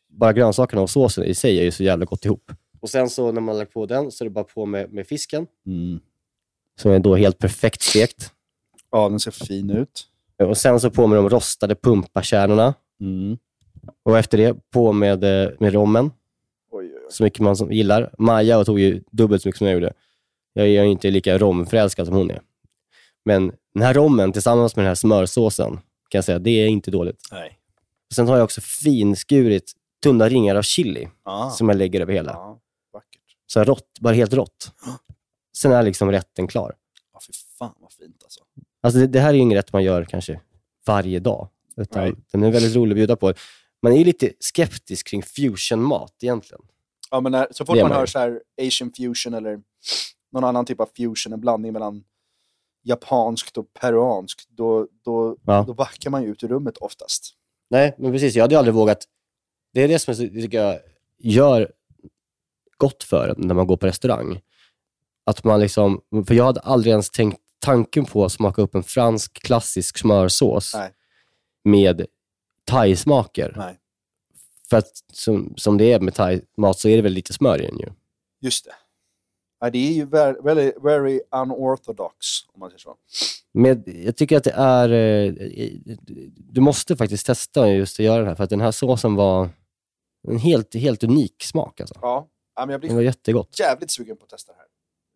Speaker 6: bara grönsakerna och såsen i sig är ju så jävla gott ihop. Och sen så när man lagt på den så är det bara på med, med fisken,
Speaker 2: Mm.
Speaker 6: som är då helt perfekt stekt.
Speaker 2: Ja, den ser fin ut.
Speaker 6: Och sen så på med de rostade pumpakärnorna.
Speaker 2: Mm.
Speaker 6: Och efter det på med, eh, med rommen,
Speaker 2: Oj, oj, oj.
Speaker 6: så mycket man som gillar. Maja tog ju dubbelt så mycket som jag gjorde. Jag är ju inte lika romförälskad som hon är. Men den här rommen tillsammans med den här smörsåsen, kan jag säga, det är inte dåligt.
Speaker 2: Nej.
Speaker 6: Sen har jag också finskurit tunna ringar av chili
Speaker 2: Ah.
Speaker 6: som jag lägger över hela.
Speaker 2: Ja, vackert.
Speaker 6: Så här rått, bara helt rått. Sen är liksom rätten klar.
Speaker 2: Ja, fy fan vad fint alltså.
Speaker 6: Alltså det, det här är ju ingen rätt man gör kanske varje dag. Utan
Speaker 2: Nej.
Speaker 6: Den är väldigt rolig att bjuda på. Man är ju lite skeptisk kring fusionmat egentligen.
Speaker 2: Ja, men när, så fort
Speaker 6: Det är
Speaker 2: man
Speaker 6: man
Speaker 2: hör
Speaker 6: ju.
Speaker 2: så här asian fusion eller någon annan typ av fusion, en blandning mellan japanskt och peruanskt, då, då,
Speaker 6: Ja.
Speaker 2: då backar man ju ut ur rummet oftast.
Speaker 6: Nej, men precis. Jag hade aldrig vågat. Det är det som jag tycker jag gör gott för en när man går på restaurang. Att man liksom, för jag hade aldrig ens tänkt tanken på att smaka upp en fransk klassisk smörsås
Speaker 2: Nej.
Speaker 6: med thaismaker.
Speaker 2: Nej.
Speaker 6: För att som, som det är med thai-mat så är det väl lite smör i den ju.
Speaker 2: Just det. Ja, det är ju ver- very, very unorthodox, om man säger så.
Speaker 6: Men jag tycker att det är... eh, Du måste faktiskt testa just att göra den här, för att den här såsen var en helt, helt unik smak. Alltså.
Speaker 2: Ja, ja men jag
Speaker 6: Den
Speaker 2: blir
Speaker 6: var jättegott.
Speaker 2: jävligt sugen på att testa det här.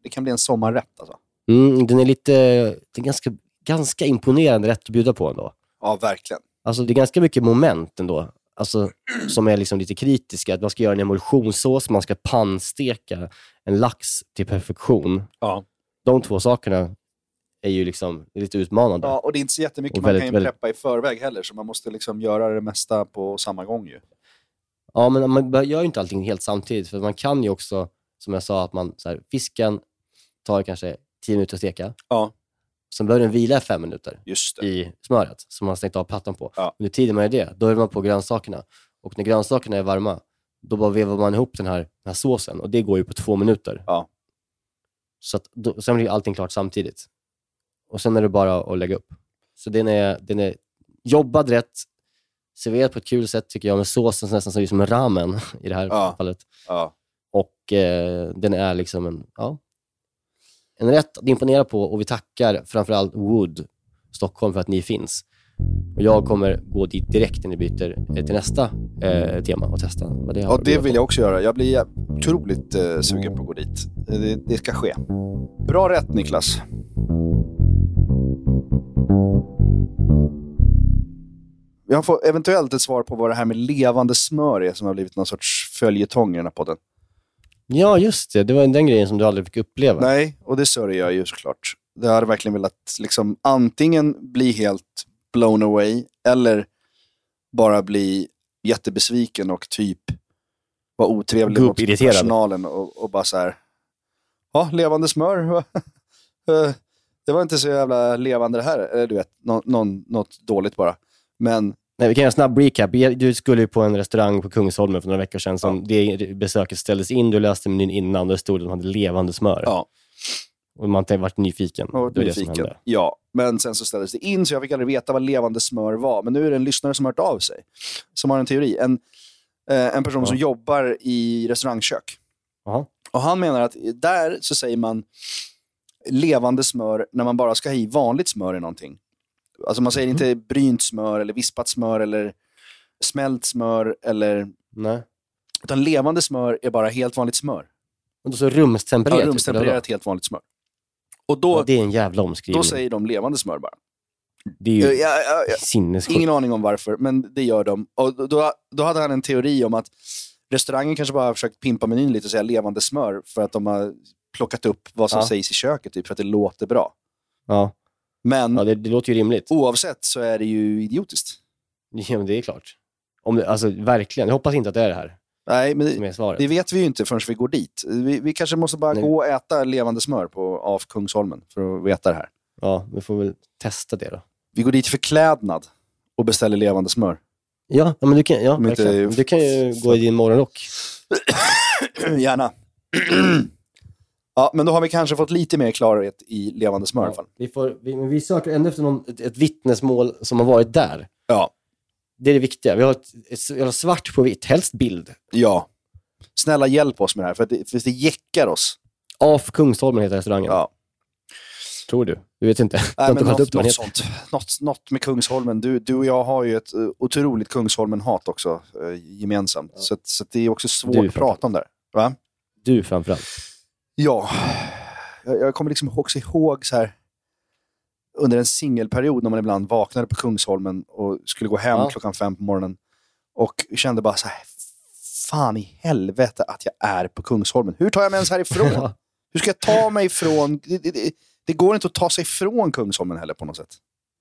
Speaker 2: Det kan bli en sommarrätt alltså.
Speaker 6: Mm, den är lite... Den är ganska, ganska imponerande rätt att bjuda på ändå.
Speaker 2: Ja, verkligen.
Speaker 6: Alltså, det är ganska mycket moment ändå, alltså, som är liksom lite kritiska. Att man ska göra en emulsionssås, man ska pannsteka en lax till perfektion.
Speaker 2: Ja.
Speaker 6: De två sakerna är ju liksom lite utmanande.
Speaker 2: Ja, och det är inte så jättemycket
Speaker 6: Och
Speaker 2: man
Speaker 6: väldigt,
Speaker 2: kan ju
Speaker 6: väldigt-
Speaker 2: preppa i förväg heller, så man måste liksom göra det mesta på samma gång ju.
Speaker 6: Ja, men man bör- gör ju inte allting helt samtidigt. För man kan ju också, som jag sa, att man, så här, fisken tar kanske 10 minuter att steka.
Speaker 2: Ja.
Speaker 6: Sen behöver den vila i fem minuter
Speaker 2: Just det.
Speaker 6: i smöret som man har stängt av plattan på.
Speaker 2: Ja.
Speaker 6: Under tiden man gör det, då är man på grönsakerna. Och när grönsakerna är varma, då bara vevar man ihop den här, den här såsen. Och det går ju på två minuter.
Speaker 2: Ja.
Speaker 6: Så att, då, sen blir allting klart samtidigt. Och sen är det bara att lägga upp. Så den är, den är jobbad rätt, serverad på ett kul sätt tycker jag, med såsen som nästan ser ut som en ramen i det här
Speaker 2: Ja.
Speaker 6: fallet.
Speaker 2: Ja.
Speaker 6: Och eh, den är liksom en, ja, en rätt att imponera på och vi tackar framförallt Wood Stockholm för att ni finns. Och jag kommer gå dit direkt när ni byter eh, till nästa eh, tema och testa vad det har
Speaker 2: Ja,
Speaker 6: att
Speaker 2: det
Speaker 6: bjuda
Speaker 2: vill
Speaker 6: på.
Speaker 2: jag också göra. Jag blir jä- otroligt eh, sugen på att gå dit. Eh, Det, det ska ske. Bra rätt Niklas. Jag får eventuellt ett svar på vad det här med levande smör är som har blivit någon sorts följetong i den här podden.
Speaker 6: Ja, just det. Det var den grejen som du aldrig fick uppleva.
Speaker 2: Nej, och det sörjer jag ju såklart. Det hade verkligen velat liksom antingen bli helt blown away eller bara bli jättebesviken och typ vara otrevlig mot
Speaker 6: Gubbirriterad.
Speaker 2: personalen och, och bara så här. Ja, levande smör. Eh, det var inte så jävla levande det här. Eller du vet, nå- någon, något dåligt bara. Men
Speaker 6: Nej, vi kan göra en snabb recap. Du skulle ju på en restaurang på Kungsholmen för några veckor sedan. Som Det besöket ställdes in. Du läste menyn innan och det stod att de hade levande smör.
Speaker 2: ja,
Speaker 6: Och man har varit nyfiken.
Speaker 2: jag har varit
Speaker 6: det var det som
Speaker 2: nyfiken.
Speaker 6: hände.
Speaker 2: Ja, men sen så ställdes det in så jag fick aldrig veta vad levande smör var. Men nu är det en lyssnare som har hört av sig. Som har en teori. En, eh, en person
Speaker 6: Ja.
Speaker 2: som jobbar i restaurangkök.
Speaker 6: Jaha.
Speaker 2: Och han menar att där så säger man levande smör när man bara ska ha i vanligt smör i någonting. Alltså man
Speaker 6: Mm.
Speaker 2: säger inte brynt smör eller vispat smör eller smält smör eller...
Speaker 6: Nej.
Speaker 2: Utan levande smör är bara helt vanligt smör.
Speaker 6: Och då så
Speaker 2: Ja,
Speaker 6: rumstempererat.
Speaker 2: rumstempererat helt vanligt smör. Och då,
Speaker 6: Ja, det är en jävla omskrivning.
Speaker 2: då säger de levande smör bara.
Speaker 6: Det är ju
Speaker 2: Eh, ja, ja, ja.
Speaker 6: sinnessjukt.
Speaker 2: Ingen aning om varför, men det gör de. Och då- då, då hade han en teori om att restaurangen kanske bara har försökt pimpa menyn lite och säga levande smör för att de har plockat upp vad som
Speaker 6: Ja.
Speaker 2: sägs i köket typ, för att det låter bra.
Speaker 6: Ja,
Speaker 2: Men
Speaker 6: ja det, det låter ju rimligt.
Speaker 2: Oh. oavsett så är det ju idiotiskt.
Speaker 6: Ja, men det är klart. Om det, alltså, verkligen. Jag hoppas inte att det är det här
Speaker 2: Nej, men
Speaker 6: som
Speaker 2: det,
Speaker 6: är svaret.
Speaker 2: det vet vi ju inte förrän vi går dit. Vi, vi kanske måste bara
Speaker 6: Nej.
Speaker 2: gå och äta levande smör på av Kungsholmen för att veta det här.
Speaker 6: Ja, vi får väl testa det då.
Speaker 2: Vi går dit i förklädnad och beställer levande smör.
Speaker 6: Ja, ja men du kan, ja,
Speaker 2: Om inte-
Speaker 6: verkligen. du kan ju gå i din morgonrock.
Speaker 2: Gärna. ja, men då har vi kanske fått lite mer klarhet i levande smör i alla fall.
Speaker 6: Ja, vi, får, vi, men vi söker ändå efter någon, ett, ett vittnesmål som har varit där.
Speaker 2: Ja.
Speaker 6: Det är det viktiga. Vi har, ett, ett, vi har svart på vitt, helst bild.
Speaker 2: Ja. Snälla hjälp oss med det här, för, att det, för det jäckar oss.
Speaker 6: Af Kungsholmen heter restaurangen.
Speaker 2: Ja,
Speaker 6: Tror du? Du vet inte. Du har inte
Speaker 2: Nej, men
Speaker 6: kollat
Speaker 2: något,
Speaker 6: upp vad den
Speaker 2: något
Speaker 6: heter.
Speaker 2: sånt. Något, något med Kungsholmen. Du, du och jag har ju ett eh, otroligt Kungsholmen-hat också eh, gemensamt. Så, att, så att det är också svårt
Speaker 6: Du,
Speaker 2: att
Speaker 6: framförallt.
Speaker 2: prata om där. Va?
Speaker 6: Du framförallt.
Speaker 2: Ja. Jag, jag kommer liksom också ihåg så här under en singelperiod när man ibland vaknade på Kungsholmen och skulle gå hem
Speaker 6: Ja.
Speaker 2: klockan fem på morgonen och kände bara så här, fan i helvete att jag är på Kungsholmen. Hur tar jag mig ens härifrån?
Speaker 6: Ja.
Speaker 2: Hur ska jag ta mig ifrån... Det, det- det, det går inte att ta sig ifrån Kungsholmen heller på något sätt.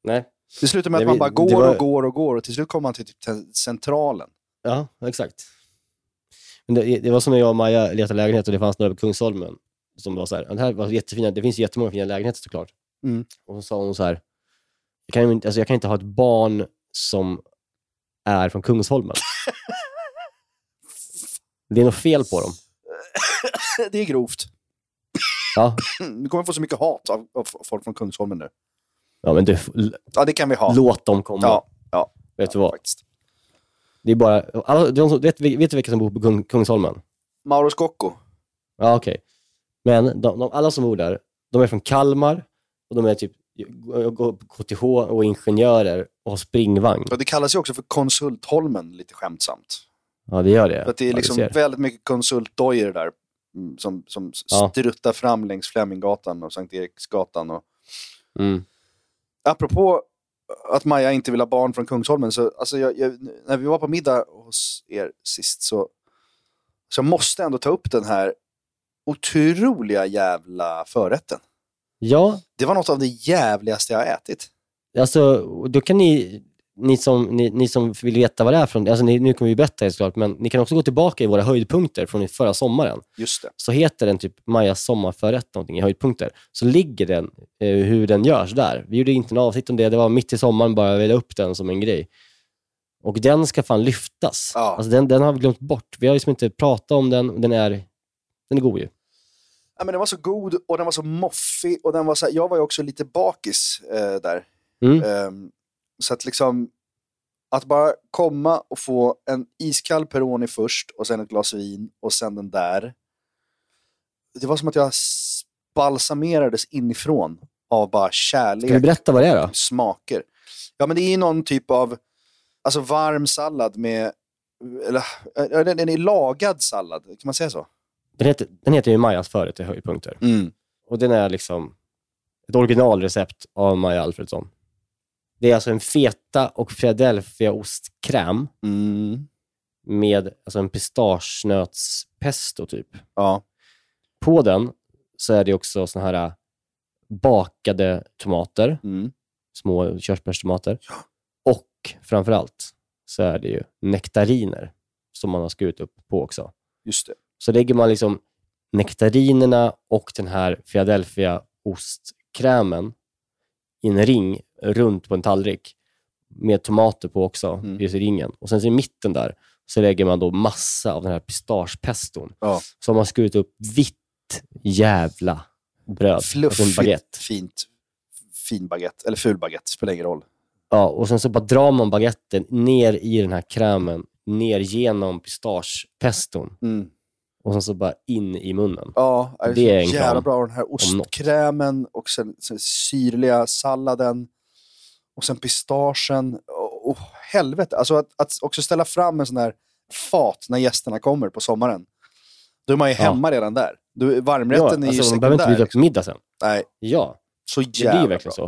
Speaker 6: Nej.
Speaker 2: Det slutar med att
Speaker 6: Nej,
Speaker 2: man
Speaker 6: vi-
Speaker 2: bara
Speaker 6: det
Speaker 2: går
Speaker 6: var-
Speaker 2: och går och går och till slut kommer man till typ te- centralen.
Speaker 6: Ja, exakt. Men det, det var som när jag och Maja letade lägenhet och det fanns några på Kungsholmen. Som var så här, det här var jättefina, det finns ju jättemånga fina lägenheter såklart.
Speaker 2: Mm.
Speaker 6: Och så sa hon så här, jag kan, ju inte, alltså jag kan inte ha ett barn som är från Kungsholmen. det är något fel på dem.
Speaker 2: Det är grovt.
Speaker 6: Ja,
Speaker 2: Du kommer få så mycket hat av, av folk från Kungsholmen nu.
Speaker 6: ja men du, l-
Speaker 2: Ja, det kan vi ha.
Speaker 6: låt dem komma.
Speaker 2: Ja, ja.
Speaker 6: Vet du
Speaker 2: ja,
Speaker 6: vad?
Speaker 2: faktiskt.
Speaker 6: Det är bara, alla, de som, vet, vet du vilka som bor på Kung, Kungsholmen?
Speaker 2: Mauro Scocco.
Speaker 6: Ja, okej. Men de, de, alla som bor där, de är från Kalmar och de är typ går- går på KTH och ingenjörer och har springvagn.
Speaker 2: Ja, Det kallas ju också för Konsultholmen, lite skämtsamt.
Speaker 6: Ja, det gör det.
Speaker 2: För att det är
Speaker 6: Ja,
Speaker 2: liksom
Speaker 6: ser.
Speaker 2: väldigt mycket konsultdojor där mm, som, som
Speaker 6: Ja.
Speaker 2: struttar fram längs Fleminggatan och Sankt Eriksgatan. Och...
Speaker 6: Mm.
Speaker 2: apropå att Maja inte vill ha barn från Kungsholmen, så, alltså jag, jag, när vi var på middag hos er sist så, så jag måste ändå ta upp den här otroliga jävla förrätten.
Speaker 6: Ja,
Speaker 2: Det var något av det jävligaste jag har ätit.
Speaker 6: alltså då kan ni, ni som, ni, ni som vill veta vad det är från, alltså ni, nu kommer vi berätta helt klart, men ni kan också gå tillbaka i våra höjdpunkter från förra sommaren.
Speaker 2: Just det.
Speaker 6: Så heter den typ Majas sommarförrätt någonting i höjdpunkter. Så ligger den, eh, hur den görs där. Vi gjorde inte en avsnitt om det, det var mitt i sommaren bara, vi la upp den som en grej. Och den ska fan lyftas.
Speaker 2: Ja.
Speaker 6: Alltså den, den har vi glömt bort. Vi har liksom inte pratat om den, och den är, den är god ju.
Speaker 2: Ja, men den var så god och den var så moffig. Och den var så här, jag var ju också lite bakis eh, där.
Speaker 6: Mm.
Speaker 2: Ehm, så att liksom, att bara komma och få en iskall Peroni först och sen ett glas vin och sen den där. Det var som att jag s- balsamerades inifrån av bara
Speaker 6: Ska vi
Speaker 2: kärlek
Speaker 6: berätta vad det är då?
Speaker 2: och smaker. Ja, men det är ju någon typ av alltså varm sallad med... Eller, eh, den den är lagad sallad, kan man säga så?
Speaker 6: Den heter, den heter ju Majas förrätt till höjdpunkter.
Speaker 2: Mm.
Speaker 6: Och den är liksom ett originalrecept av Maja Alfredsson. Det är alltså en feta och philadelphiaostkräm
Speaker 2: Mm.
Speaker 6: med alltså en pistagenötspesto typ.
Speaker 2: Ja.
Speaker 6: På den så är det också såna här äh, bakade tomater,
Speaker 2: Mm.
Speaker 6: små körsbärstomater. Och framför allt så är det ju nektariner som man har skurit upp på också.
Speaker 2: Just det.
Speaker 6: Så lägger man liksom nektarinerna och den här Philadelphia ostkrämen i en ring runt på en tallrik med tomater på också
Speaker 2: Mm.
Speaker 6: i ringen. Och sen i mitten där så lägger man då massa av den här pistagepeston.
Speaker 2: Ja.
Speaker 6: Så har man skurit upp vitt jävla bröd. Alltså en baguette.
Speaker 2: Fluffigt, fint. Fin baguette. Eller ful baguette. Spelar ingen roll.
Speaker 6: Ja, och sen så bara drar man baguetten ner i den här krämen, ner genom pistagepeston
Speaker 2: Mm.
Speaker 6: och sen så bara in i munnen.
Speaker 2: Ja, det är,
Speaker 6: Det är en
Speaker 2: så jävla
Speaker 6: kram.
Speaker 2: bra. Den här
Speaker 6: Om något.
Speaker 2: ostkrämen och sen, sen syrliga salladen. Och sen pistagen. Åh, åh, helvete. Alltså att, att också ställa fram en sån här fat när gästerna kommer på sommaren. Då är man ju
Speaker 6: Ja.
Speaker 2: hemma redan där. Du, varmrätten är ju
Speaker 6: alltså, man behöver inte
Speaker 2: sekundär.
Speaker 6: bjuda på middag sen.
Speaker 2: Nej,
Speaker 6: Ja,
Speaker 2: så
Speaker 6: det blir
Speaker 2: jävla
Speaker 6: ju
Speaker 2: bra.
Speaker 6: verkligen så.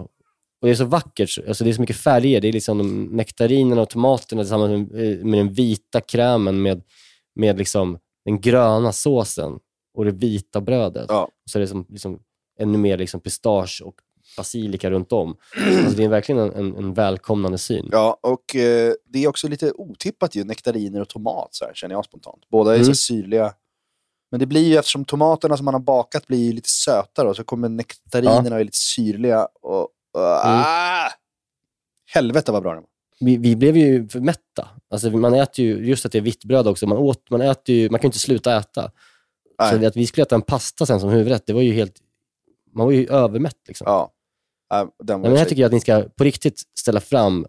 Speaker 6: Och det är så vackert. Alltså det är så mycket färger. Det är liksom de nektarinerna och tomaterna tillsammans med, eh, med den vita krämen, med, med liksom den gröna såsen och det vita brödet.
Speaker 2: Ja.
Speaker 6: Och så är det som, liksom, ännu mer liksom pistage och basilika runt om. Alltså det är verkligen en, en, en välkomnande syn.
Speaker 2: Ja, och eh, det är också lite otippat ju. Nektariner och tomat, så här, känner jag spontant. Båda är så
Speaker 6: Mm.
Speaker 2: syrliga. Men det blir ju, eftersom tomaterna som man har bakat blir ju lite sötare, och så kommer nektarinerna och är lite syrliga. Och, och,
Speaker 6: Mm.
Speaker 2: ah! Helvete vad bra den var.
Speaker 6: Vi, vi blev ju för mätta. Alltså man äter ju, just att det är vitt bröd också, man, åt, man, äter ju, man kan ju inte sluta äta. Så
Speaker 2: Nej.
Speaker 6: det att vi skulle äta en pasta sen som huvudrätt, det var ju helt... Man var ju övermätt liksom.
Speaker 2: Ja. Nej, den var
Speaker 6: Nej, men jag
Speaker 2: sjuk.
Speaker 6: tycker att ni ska på riktigt ställa fram,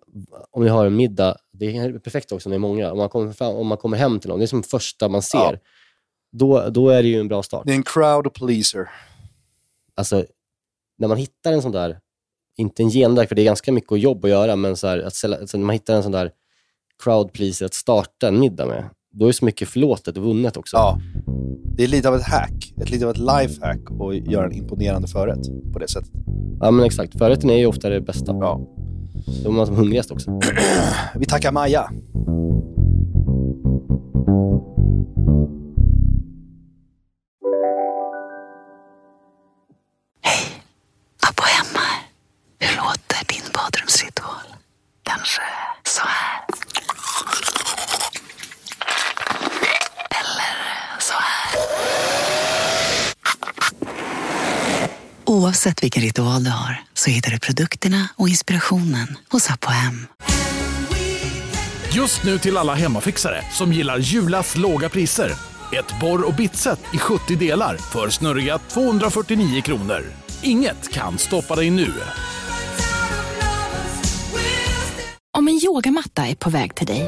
Speaker 6: om ni har en middag, det är perfekt också när det är många, om man kommer, fram, om man kommer hem till någon, det är som första man ser,
Speaker 2: Ja.
Speaker 6: då, då är det ju en bra start.
Speaker 2: Det är en crowd pleaser.
Speaker 6: Alltså, när man hittar en sån där, inte en genväg, för det är ganska mycket jobb att göra, men så här, att ställa, alltså, när man hittar en sån där crowd pleaser att starta en middag med, då är så mycket förlåtet och vunnet också.
Speaker 2: Ja. Det är lite av ett hack. Ett lite av ett lifehack att göra en imponerande förrätt på det sättet.
Speaker 6: ja men exakt. Förrätten är ju ofta det bästa.
Speaker 2: Ja.
Speaker 6: Då är man som hungrigast också.
Speaker 2: Vi tackar Maja.
Speaker 12: Abba hemma. Hur låter din badrumsritual? Kanske så här. Eller så här. Oavsett vilken ritual du har så hittar du produkterna och inspirationen hos Abba hem.
Speaker 1: Just nu till alla hemmafixare som gillar Julas låga priser. Ett borr och bitset i 70 delar för snurriga 249 kronor. Inget kan stoppa dig nu.
Speaker 13: Om en yogamatta är på väg till dig,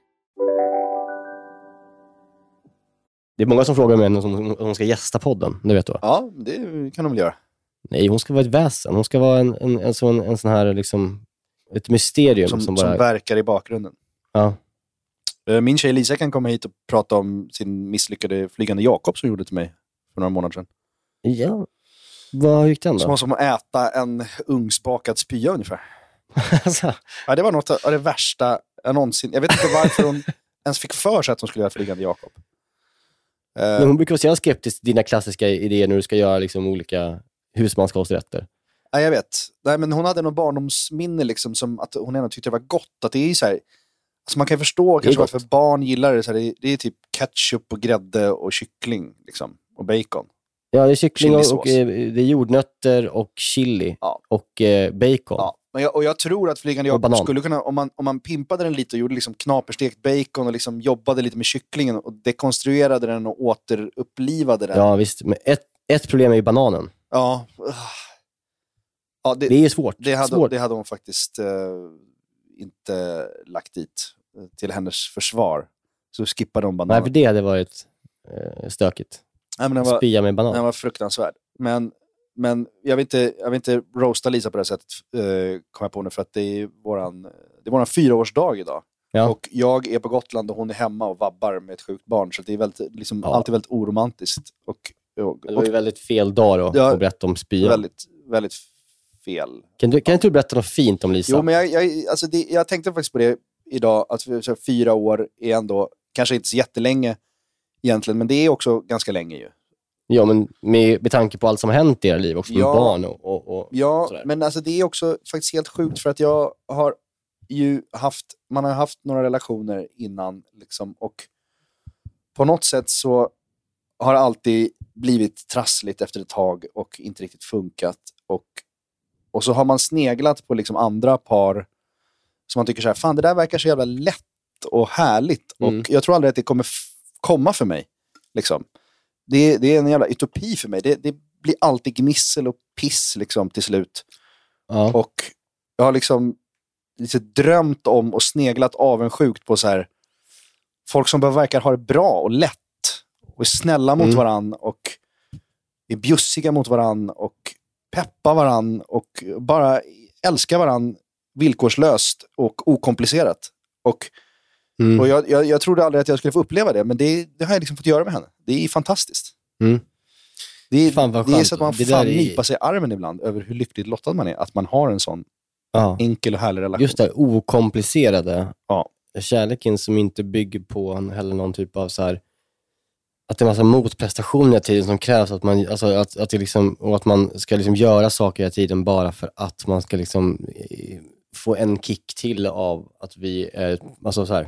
Speaker 6: Det är många som frågar mig om hon- om hon ska gästa podden, det vet du va?
Speaker 2: Ja, det kan de väl göra.
Speaker 6: Nej, hon ska vara ett väsen. Hon ska vara en, en, en, sån, en sån här, liksom, ett mysterium som,
Speaker 2: Som, som,
Speaker 6: bara...
Speaker 2: verkar i bakgrunden.
Speaker 6: ja.
Speaker 2: Eh, Min tjej Lisa kan komma hit och prata om sin misslyckade flygande Jakob som gjorde till mig för några månader sedan.
Speaker 6: ja. Vad gick den då?
Speaker 2: Som var som att äta en ugnsbakad spya ungefär.
Speaker 6: Alltså,
Speaker 2: Ja, det var något av det värsta jag någonsin... Jag vet inte varför hon ens fick för sig att hon skulle göra flygande Jakob. Eh,
Speaker 6: men hon brukar vara så jävla skeptisk till dina klassiska idéer när du ska göra liksom, olika husmanskapsrätter.
Speaker 2: Nej, jag vet. Nej, men hon hade något barndomsminne liksom, som att hon ändå tyckte det var gott. Att det är ju så här, alltså man kan ju förstå
Speaker 6: är
Speaker 2: kanske
Speaker 6: gott.
Speaker 2: varför barn gillar det. Så här, det, är, det är typ ketchup och grädde och kyckling liksom, och bacon.
Speaker 6: Ja, det är kyckling och,
Speaker 2: Chilisås.
Speaker 6: och eh, det är jordnötter och chili
Speaker 2: Ja.
Speaker 6: och eh, bacon.
Speaker 2: Ja. Men jag, och jag tror att Flygande
Speaker 6: Och
Speaker 2: Jakob
Speaker 6: banan.
Speaker 2: skulle kunna, om man, om man pimpade den lite och gjorde liksom knaperstekt bacon och liksom jobbade lite med kycklingen och dekonstruerade den och återupplivade den.
Speaker 6: Ja, visst. Men ett, ett problem är ju bananen.
Speaker 2: Ja. ja
Speaker 6: Det är svårt.
Speaker 2: Det hade,
Speaker 6: Svårt.
Speaker 2: Det hade hon faktiskt eh, inte lagt dit eh, till hennes försvar. Så skippade hon bananen.
Speaker 6: Nej, för det hade varit eh, stökigt.
Speaker 2: Nej, men den var,
Speaker 6: Spya med banan.
Speaker 2: Den var fruktansvärd. Men, men jag, vill inte, jag vill inte roasta Lisa på det här sättet, eh, kom jag på nu, för att det är våran, det är våran fyraårsdag idag.
Speaker 6: Ja.
Speaker 2: Och jag är på Gotland och hon är hemma och vabbar med ett sjukt barn, så det är väldigt, liksom, alltid väldigt oromantiskt. Och, och,
Speaker 6: Det var ju väldigt fel dag då,
Speaker 2: Ja,
Speaker 6: att berätta om spyan.
Speaker 2: väldigt, väldigt fel.
Speaker 6: Kan, du, kan inte du berätta något fint om Lisa?
Speaker 2: Jo, men jag, jag, alltså det, jag tänkte faktiskt på det idag, att vi- så här, fyra år är ändå kanske inte så jättelänge egentligen, men det är också ganska länge ju.
Speaker 6: Ja, men med, med tanke på allt som har hänt i era liv också, med
Speaker 2: Ja.
Speaker 6: barn och... och, och
Speaker 2: Ja, men alltså det är också faktiskt helt sjukt för att jag har ju haft, man har haft några relationer innan liksom och på något sätt så har det alltid blivit trassligt efter ett tag och inte riktigt funkat. Och, och så har man sneglat på liksom andra par som man tycker så här, fan det där verkar så jävla lätt och härligt
Speaker 8: Mm.
Speaker 2: och jag tror aldrig att det kommer f- komma för mig. Liksom. Det, det är en jävla utopi för mig. Det, det blir alltid gnissel och piss liksom, till slut. Och jag har liksom lite drömt om och sneglat avundsjukt på så här, folk som bara verkar ha det bra och lätt och är snälla mot
Speaker 8: Mm.
Speaker 2: varann och är bjussiga mot varann och peppar varann och bara älskar varann villkorslöst och okomplicerat. Och,
Speaker 6: Mm.
Speaker 2: och jag, jag, jag trodde aldrig att jag skulle få uppleva det, men det, det har jag liksom fått göra med henne. Det är fantastiskt.
Speaker 6: Mm.
Speaker 2: Det är,
Speaker 6: Fan, vad
Speaker 2: det är
Speaker 6: skönt.
Speaker 2: så att man
Speaker 6: Det där
Speaker 2: fan
Speaker 6: är-
Speaker 2: nypar sig i armen ibland över hur lyckligt lottad man är, att man har en sån
Speaker 6: Ja.
Speaker 2: enkel och härlig relation.
Speaker 6: Just det här okomplicerade.
Speaker 2: Ja.
Speaker 6: Kärleken som inte bygger på en- heller någon typ av så här att det är en massa motprestationer hela tiden som krävs. Att man, alltså, att, att det liksom, och att man ska liksom göra saker hela tiden bara för att man ska liksom eh, få en kick till av att vi är... Alltså så här.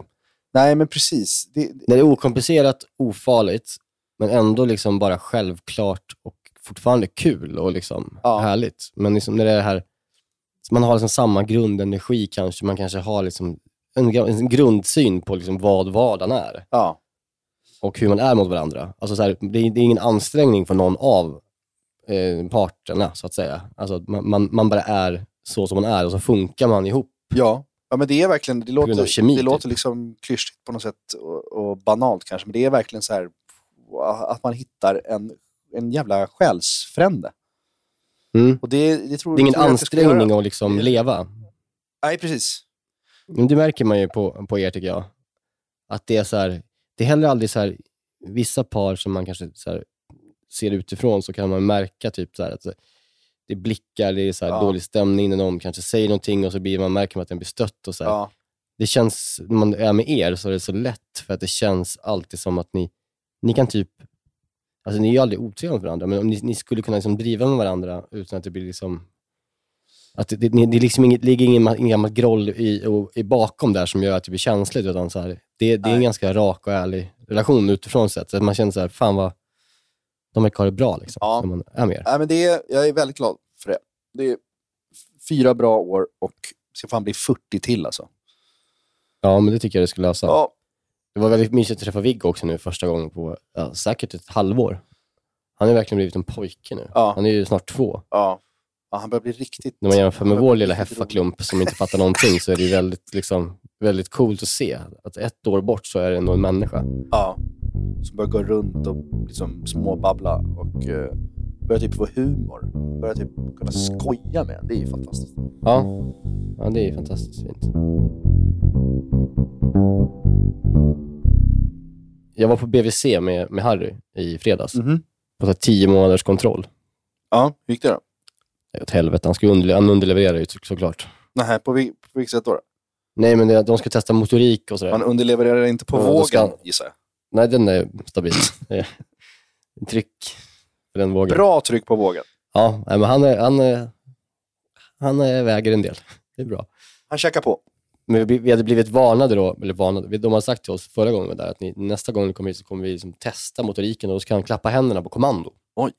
Speaker 2: Nej, men precis. Det,
Speaker 6: När det är okomplicerat, ofarligt, men ändå liksom bara självklart och fortfarande kul och liksom härligt. Men liksom när det är det här, så man har liksom samma grundenergi kanske, man kanske har liksom en, gra- en grundsyn på liksom vad vardagen är. Och hur man är mot varandra. Alltså så här, det, är, det är ingen ansträngning för någon av eh, parterna, så att säga. Alltså att man, man, man bara är så som man är och så funkar man ihop.
Speaker 2: Ja, ja men det är verkligen, det
Speaker 6: grund av
Speaker 2: låter,
Speaker 6: kemi,
Speaker 2: det
Speaker 6: typ.
Speaker 2: låter liksom klyschigt på något sätt och, och banalt kanske, men det är verkligen så här att man hittar en, en jävla själsfrände.
Speaker 6: Mm.
Speaker 2: Och det, det, tror,
Speaker 6: Det är ingen
Speaker 2: tror jag att jag ska göra.
Speaker 6: ansträngning att liksom leva.
Speaker 2: Nej, precis.
Speaker 6: Men det märker man ju på, på er tycker jag. Att det är så här, det är heller aldrig så här, vissa par som man kanske så här, ser utifrån så kan man märka typ så här att det är blickar, det är så här
Speaker 14: Ja.
Speaker 6: dålig stämning när någon kanske säger någonting och så blir man, märker man att den blir stött och så här.
Speaker 2: Ja.
Speaker 6: Det känns, när man är med er så är det så lätt för att det känns alltid som att ni, ni kan typ, alltså ni är ju aldrig otrevliga mot varandra, men om ni, ni skulle kunna liksom driva med varandra utan att det blir liksom att det, det, det är liksom inget, ligger ingen, ma- ingen gammal groll i, och, i bakom där som gör att det blir känsligt. Utan så här, det, det är en ganska rak och ärlig relation utifrån sett. Så att man känner så här, fan vad de verkar ha det bra liksom, när man är med er.
Speaker 2: Nej, men det är, jag är väldigt glad för det. Det är fyra bra år och ska fan bli 40 till alltså.
Speaker 6: Ja, men det tycker jag det ska lösa.
Speaker 2: Ja.
Speaker 6: Det var väldigt mysigt att träffa Viggo också nu första gången på ja, säkert ett halvår. Han har verkligen blivit en pojke nu. Han är ju snart två.
Speaker 2: Ja. ja, han börjar bli riktigt...
Speaker 6: När man jämför med
Speaker 2: han börjar
Speaker 6: vår
Speaker 2: bli
Speaker 6: lilla
Speaker 2: riktigt
Speaker 6: heffaklump som inte fattar någonting så är det ju väldigt, liksom, väldigt coolt att se att ett år bort så är det ändå en människa.
Speaker 2: Ja, som börjar gå runt och liksom småbabbla och eh, börjar typ få humor. Börjar typ kunna skoja med en. Det är ju fantastiskt.
Speaker 6: Ja, ja det är ju fantastiskt fint. Jag var på BVC med, med Harry i fredags.
Speaker 2: Mm.
Speaker 6: På så här tio månaders kontroll.
Speaker 2: Ja, hur gick det då?
Speaker 6: Det är Åt helvete, han, skulle underle- han underlevererar ju så- såklart.
Speaker 2: Nej, på, vil- på vilket sätt då? då?
Speaker 6: Nej, men det, de ska testa motorik och sådär.
Speaker 2: Man underlevererar inte på
Speaker 6: Ja, då
Speaker 2: vågen,
Speaker 6: ska han-
Speaker 2: gissar jag.
Speaker 6: Nej, den är stabil. Eh, tryck för den vågen.
Speaker 2: Bra tryck på vågen.
Speaker 6: Ja, nej, men han, är, han, är, han är, väger en del. Det är bra.
Speaker 2: Han checkar på.
Speaker 6: Men vi, vi hade blivit varnade då, eller varnade, vi- de hade sagt till oss förra gången vi var där att ni, nästa gång ni kommer hit så kommer vi liksom testa motoriken och då ska han klappa händerna på kommando.
Speaker 2: Oj.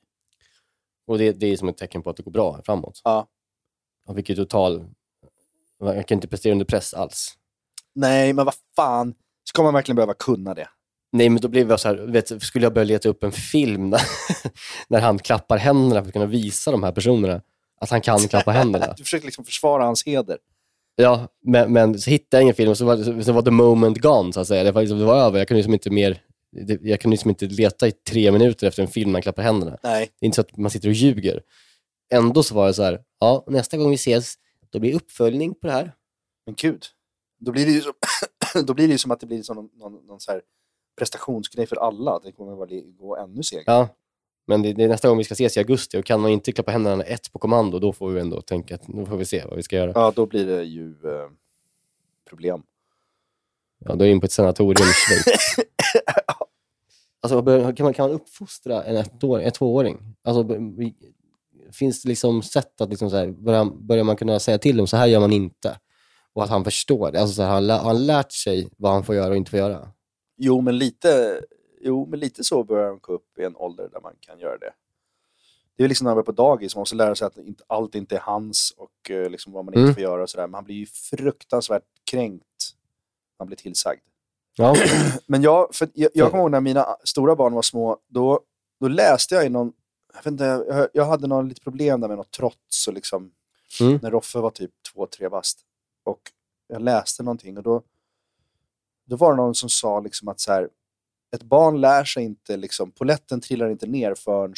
Speaker 6: Och det, det är som ett tecken på att det går bra framåt.
Speaker 2: Ja.
Speaker 6: Han fick ju total... Han kan inte prestera under press alls.
Speaker 2: Nej, men vad fan. Ska man verkligen behöva kunna det?
Speaker 6: Nej, men då blev jag så här, vet, skulle jag börja leta upp en film när, när han klappar händerna för att kunna visa de här personerna att han kan klappa händerna.
Speaker 2: Du försöker liksom försvara hans heder.
Speaker 6: Ja, men, men så hittade jag ingen film och så var, så, så var the moment gone, så att säga. Det var, liksom, det var över. Jag kunde liksom inte mer... det- Jag kunde liksom inte leta i tre minuter efter en film när han klappar händerna.
Speaker 2: Nej.
Speaker 6: Det är inte så att man sitter och ljuger. Ändå så var det så här, ja, nästa gång vi ses, då blir det uppföljning på det här.
Speaker 2: Men gud, då blir det ju, som, då blir det ju som att det blir som någon, någon, någon så här prestationsgrej för alla. Det kommer bara li- gå ännu segare.
Speaker 6: Ja, men det, det är nästa gång vi ska ses i augusti och kan man inte klappa händerna ett på kommando, då får vi ändå tänka att nu får vi se vad vi ska göra.
Speaker 2: Ja, då blir det ju eh, problem.
Speaker 6: Ja, då är jag in på ett sanatorium i Schweiz. Alltså, vad bör- kan, man, kan man uppfostra en ettår, ett tvååring? Alltså, b- vi- finns det liksom sätt att liksom så här, börja, börjar man kunna säga till dem, så här gör man inte? Och att han förstår det. Alltså, så här, har han, lä- har han lärt sig vad han får göra och inte får göra?
Speaker 2: Jo, men lite, jo, men lite så börjar de gå upp i en ålder där man kan göra det. Det är ju liksom när man börjar på dagis, man måste lära sig att inte, allt inte är hans och eh, liksom vad man inte
Speaker 6: Mm.
Speaker 2: får göra och sådär. Men han blir ju fruktansvärt kränkt när han blir tillsagd.
Speaker 6: Ja.
Speaker 2: Men jag, för jag, jag kommer ihåg när mina stora barn var små, då, då läste jag i någon... Jag, vet inte, jag, jag hade någon, lite problem där med något trots och liksom...
Speaker 6: Mm.
Speaker 2: När Roffe var typ två, tre bast. Och jag läste någonting och då... Då var det någon som sa liksom att så här, ett barn lär sig inte, liksom, poletten trillar inte ner förrän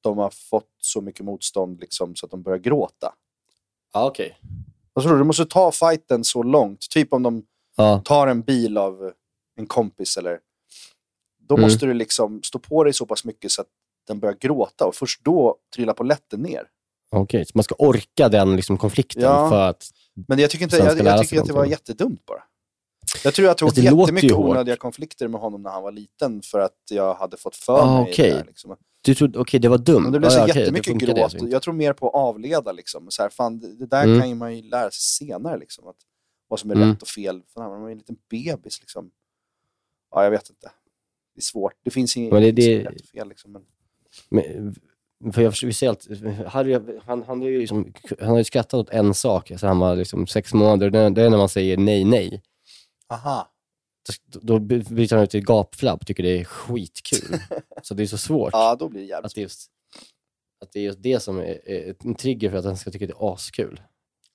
Speaker 2: de har fått så mycket motstånd liksom, så att de börjar gråta.
Speaker 6: Ja, okej.
Speaker 2: Vad tror du? Du måste ta fighten så långt. Typ om de
Speaker 6: Ja.
Speaker 2: tar en bil av en kompis eller... Då
Speaker 6: Mm.
Speaker 2: måste du liksom stå på dig så pass mycket så att den börjar gråta och först då trillar poletten ner.
Speaker 6: Okej, så man ska orka den liksom, konflikten
Speaker 2: Ja.
Speaker 6: för att...
Speaker 2: Men jag tycker, inte,
Speaker 6: sen
Speaker 2: jag,
Speaker 6: ska lära
Speaker 2: jag
Speaker 6: sig
Speaker 2: tycker att det var
Speaker 6: någonting.
Speaker 2: jättedumt bara. Jag tror jag tog
Speaker 6: det låter ju
Speaker 2: jättemycket
Speaker 6: hårt.
Speaker 2: onödiga konflikter med honom när han var liten för att jag hade fått för
Speaker 6: Ah,
Speaker 2: mig
Speaker 6: okej.
Speaker 2: det där. Liksom.
Speaker 6: Du trodde, okej, det var dumt.
Speaker 2: Men det blev så
Speaker 6: Ja, okej,
Speaker 2: jättemycket
Speaker 6: funkade
Speaker 2: gråt.
Speaker 6: alltså inte.
Speaker 2: jag tror mer på att avleda. Liksom. Så här, fan, det det där
Speaker 6: Mm.
Speaker 2: kan ju man ju lära sig senare. Liksom, att vad som är
Speaker 6: Mm.
Speaker 2: rätt och fel. Fan, man är ju en liten bebis. Liksom. Ja, jag vet inte. Det är svårt. Det finns inget
Speaker 6: Men det-
Speaker 2: inget som är
Speaker 6: det-
Speaker 2: rätt och fel. Liksom, men...
Speaker 6: Men, för jag försöker- vi ser allt, Harry, han, han, är ju liksom, han har ju skrattat åt en sak alltså han var liksom sex månader. Det är, det är när man säger nej, nej.
Speaker 2: Aha.
Speaker 6: Då, då byter han ut till gapflabb och tycker det är skitkul. så det är så svårt. Alltså-
Speaker 2: Ja, då blir det jävligt
Speaker 6: att det, är just, att det är just det som är, är en trigger för att han ska tycka det är askul.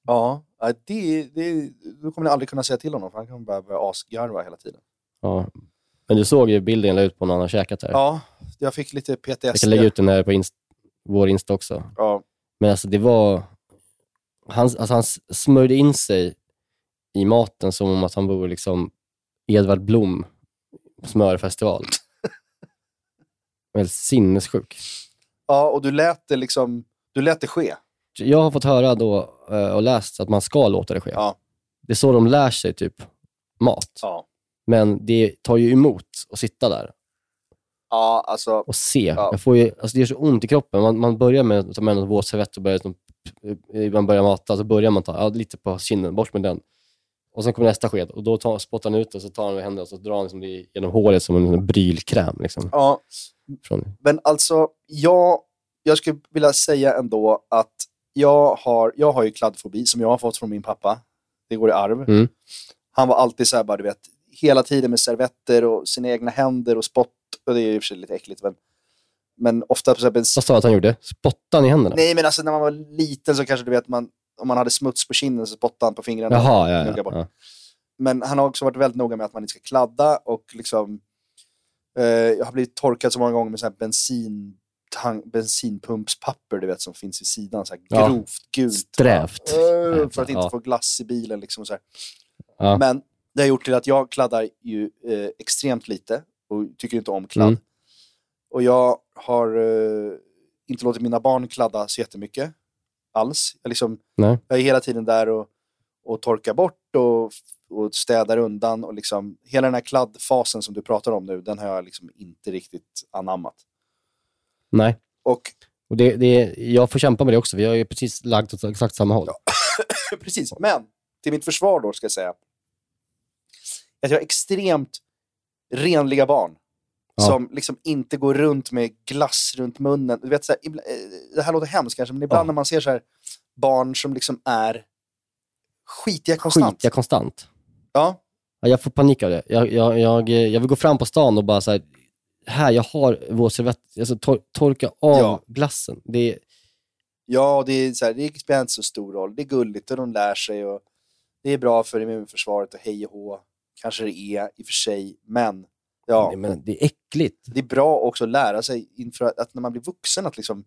Speaker 2: Ja, ja, det, det, då kommer ni aldrig kunna säga till honom för han kommer bara börja asgarva hela tiden.
Speaker 6: Ja. Men du såg ju bilden jag la ut på när han har käkat där.
Speaker 2: Ja, jag fick lite PTSD.
Speaker 6: jag kan lägga ut den här på inst, vår Insta också.
Speaker 2: Ja,
Speaker 6: Men alltså det var... Han, alltså han smörjde in sig i maten som om att han vore liksom Edvard Blom på smörfestival. Helt sinnessjuk.
Speaker 2: ja och du lät det liksom, du lät det ske.
Speaker 6: Jag har fått höra då eh, och läst att man ska låta det ske.
Speaker 2: Ja.
Speaker 6: Det är så de lär sig typ mat.
Speaker 2: Ja.
Speaker 6: Men det tar ju emot att sitta där
Speaker 2: Ja, alltså,
Speaker 6: och se. Jag får ju, alltså det gör så ont i kroppen. Man, man börjar med att ta med en våt servett och börjar, som- eh, man börjar mata. Så börjar man ta ja, lite på kinden, bort med den. Och sen kommer nästa sked och då tar, spottar han ut och så tar han med händerna och så drar han liksom det genom håret som en brylkräm. Liksom.
Speaker 2: ja,
Speaker 6: Från,
Speaker 2: men alltså jag, jag skulle vilja säga ändå att jag har, jag har ju kladdfobi som jag har fått från min pappa. Det går i arv.
Speaker 6: Mm.
Speaker 2: Han var alltid så här bara, du vet, hela tiden med servetter och sina egna händer och spott. Och det är ju i och för sig lite äckligt, men, men ofta på så här bens-
Speaker 6: vad sa du att han gjorde? Spottade han i händerna?
Speaker 2: Nej, men alltså när man var liten så kanske du vet, man, om man hade smuts på kinden så spottade han på fingrarna.
Speaker 6: Jaha, ja,
Speaker 2: Gnugga
Speaker 6: ja,
Speaker 2: bort.
Speaker 6: ja.
Speaker 2: Men han har också varit väldigt noga med att man inte ska kladda och liksom... Eh, jag har blivit torkad så många gånger med så här bensin, tang, bensinpumpspapper du vet, som finns i sidan. Så här
Speaker 6: Ja.
Speaker 2: Grovt gult.
Speaker 6: Strävt.
Speaker 2: Eh, för att inte
Speaker 6: Ja.
Speaker 2: få glass i bilen. Liksom, så här.
Speaker 6: Ja.
Speaker 2: Men det har gjort till att jag kladdar ju eh, extremt lite och tycker inte om kladd.
Speaker 6: Mm.
Speaker 2: Och jag har eh, inte låtit mina barn kladda så jättemycket alls. Jag, liksom,
Speaker 6: Nej.
Speaker 2: jag är hela tiden där och, och torkar bort och, och städar undan. Och liksom, hela den här kladdfasen som du pratar om nu, den har jag liksom inte riktigt anammat.
Speaker 6: Nej.
Speaker 2: Och
Speaker 6: Och det, det, jag får kämpa med det också, för jag är precis lagd åt exakt samma håll.
Speaker 2: Precis, men till mitt försvar då ska jag säga att jag har extremt renliga barn.
Speaker 6: Ja.
Speaker 2: Som liksom inte går runt med glass runt munnen. Du vet, så här, ibla- eh, det här låter hemskt kanske, men ibland när man ser så här, barn som liksom är skitiga konstant.
Speaker 6: Skitiga konstant.
Speaker 2: Ja.
Speaker 6: Ja, jag får panik av det. Jag, jag, jag, jag vill gå fram på stan och bara så här, här jag har vår servett, alltså tor torka av
Speaker 2: Ja.
Speaker 6: glassen. Det är,
Speaker 2: Ja, det, är så här, det spelar inte så stor roll. Det är gulligt och de lär sig. Och det är bra för immunförsvaret och hej och hå. Kanske det är i och för sig, men... Ja.
Speaker 6: Men det är äckligt.
Speaker 2: Det är bra också att lära sig inför att, att när man blir vuxen att liksom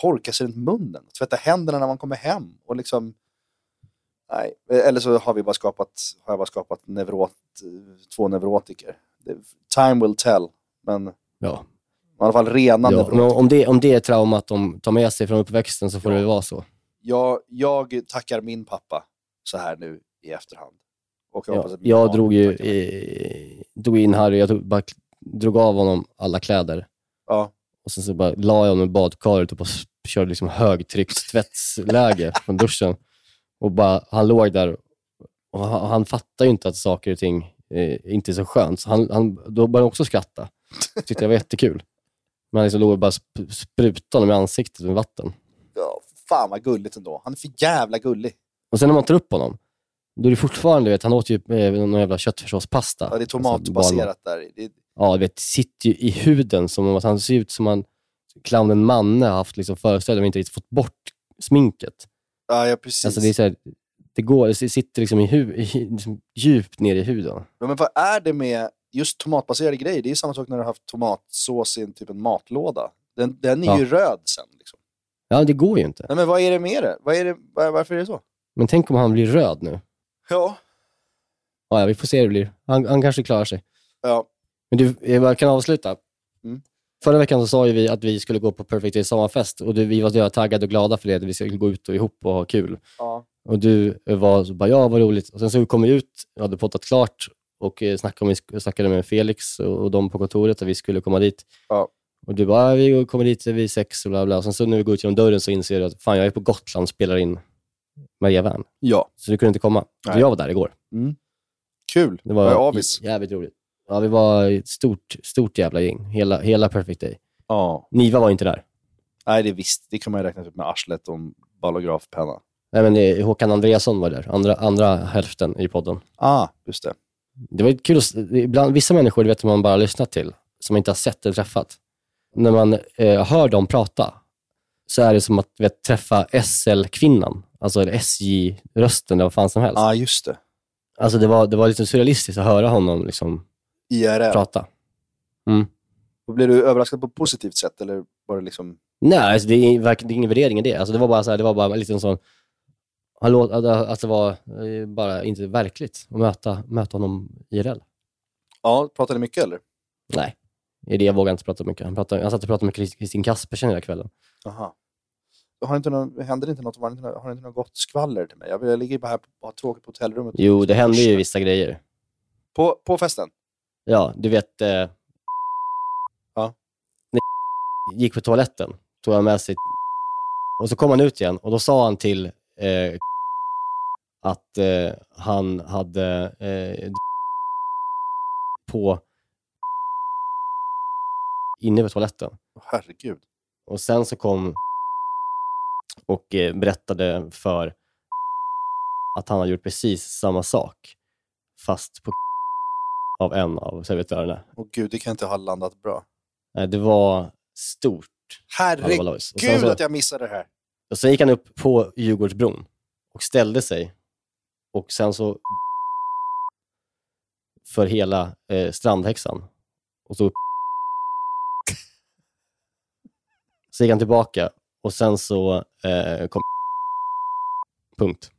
Speaker 2: torka sig runt munnen. Tvätta händerna när man kommer hem. Och liksom, nej. Eller så har, vi bara skapat, har jag bara skapat neurot, två neurotiker. Det- Time will tell, men
Speaker 6: ja.
Speaker 2: i alla fall rena
Speaker 6: ja, men
Speaker 2: neurotiker.
Speaker 6: om, det, om det är traumat de tar med sig från uppväxten så får det väl vara så.
Speaker 2: jag, jag tackar min pappa så här nu i efterhand. Och jag
Speaker 6: Ja,
Speaker 2: hoppas att min
Speaker 6: jag
Speaker 2: barn-
Speaker 6: drog ju eh, drog in Harry, jag tog, bara k- drog av honom alla kläder.
Speaker 2: Ja.
Speaker 6: Och sen så bara la jag honom i badkaret och bara s- körde liksom högtryckstvättsläge från duschen. Och bara, han låg där och han, han fattar ju inte att saker och ting eh, inte är så skönt. Så han, han, då började han också skratta. Tyckte det var jättekul. Men han liksom låg och bara sp- sprutade honom i ansiktet med vatten.
Speaker 2: Ja, fan vad gulligt ändå. Han är för jävla gullig.
Speaker 6: Och sen när man tar upp honom, då är det fortfarande, du vet, han åt ju eh, någon jävla köttfärssåspasta.
Speaker 2: Ja, det är
Speaker 6: Alltså, barn-
Speaker 2: tomatbaserat där. Det,
Speaker 6: Ja, du vet, sitter ju i huden som om att han ser ut som han clownen Manne har haft liksom föreställning men inte riktigt fått bort sminket.
Speaker 2: ja, ja, precis.
Speaker 6: Alltså det är så här, det går, det sitter liksom i hu, i, liksom djupt ner i huden.
Speaker 2: Ja, Men vad är det med just tomatbaserade grejer? Det är ju samma sak när du har haft tomatsås i en typ en matlåda. Den, den är
Speaker 6: Ja.
Speaker 2: ju röd sen. Liksom.
Speaker 6: Ja, det går ju inte.
Speaker 2: Nej, men vad är det med det? Vad är det var, varför är det så?
Speaker 6: Men tänk om han blir röd nu.
Speaker 2: Ja.
Speaker 6: Ja, ja, vi får se hur det blir. Han, han kanske klarar sig.
Speaker 2: Ja.
Speaker 6: Men du, jag kan avsluta.
Speaker 2: Mm.
Speaker 6: Förra veckan så sa ju vi att vi skulle gå på Perfect Day sommarfest och du, vi var så jävla taggade och glada för det, att vi skulle gå ut och ihop och ha kul.
Speaker 2: Ja.
Speaker 6: Och du var så bara, ja vad roligt. Och sen så kom vi ut, jag hade poddat klart och eh, snackade med, snackade med Felix och, och de på kontoret att vi skulle komma dit.
Speaker 2: Ja.
Speaker 6: Och du bara, ja, vi kommer dit vid sex och bla bla. Och sen så när vi går ut genom dörren så inser du att fan, jag är på Gotland och spelar in Maria Wern.
Speaker 2: Ja.
Speaker 6: Så du kunde inte komma. Så
Speaker 2: Nej.
Speaker 6: jag var där igår.
Speaker 2: Mm. Kul.
Speaker 6: Det
Speaker 2: Vad är
Speaker 6: var
Speaker 2: avis?
Speaker 6: jävligt roligt. Ja, vi var ett stort, stort jävla gäng. Hela, hela Perfect Day.
Speaker 2: Ja.
Speaker 6: Niva var inte där.
Speaker 2: Nej, det är visst. Det kan man ju räkna ut med arslet och en ballografpenna.
Speaker 6: Nej, men eh, Håkan Andreasson var där. Andra, andra hälften i podden.
Speaker 2: Ah, just det.
Speaker 6: Det var ju kul att, ibland, vissa människor du vet man bara har lyssnat till, som man inte har sett eller träffat. När man eh, hör dem prata, så är det som att du vet, träffa SL-kvinnan, alltså eller SJ-rösten eller vad fan som helst.
Speaker 2: Ja, ah, just det.
Speaker 6: Alltså det var, det var liksom surrealistiskt att höra honom liksom,
Speaker 2: IRL.
Speaker 6: prata.
Speaker 2: Och Blev du överraskad på ett positivt sätt? Eller var det liksom...
Speaker 6: Nej, alltså det, är, verkligen- det är ingen värdering i det. Alltså det var bara så här, det var bara en liten sån... Han låt, att, att det var eh, bara inte verkligt att möta, möta honom IRL.
Speaker 2: Ja, pratade ni mycket eller?
Speaker 6: Nej, i det vågar jag inte prata mycket. Han, pratade, han satt och pratade med Krist- Kristin Kaspersen hela kvällen.
Speaker 2: Aha. Har inte någon, händer det inte något? Var det inte något har det inte något gott skvaller till mig? Jag, jag ligger bara här och har tråkigt på hotellrummet.
Speaker 6: Jo, det hände ju vissa grejer.
Speaker 2: På, på festen?
Speaker 6: Ja, du vet... Eh,
Speaker 2: ja.
Speaker 6: När gick på toaletten, tog han med sig... Och så kom han ut igen och då sa han till eh, att eh, han hade eh, på inne på toaletten.
Speaker 2: Herregud.
Speaker 6: Och sen så kom och eh, berättade för att han hade gjort precis samma sak, fast på av en av servitörerna.
Speaker 2: Åh gud, det kan inte ha landat bra.
Speaker 6: Nej, Det var stort. Ja, det var
Speaker 2: Herregud
Speaker 6: Lois. Och sen så-
Speaker 2: att jag missade det här.
Speaker 6: Och sen gick han upp på Djurgårdsbron och ställde sig. Och sen så för hela eh, Strandhäxan. Och så Så gick han tillbaka och sen så eh, kom Punkt.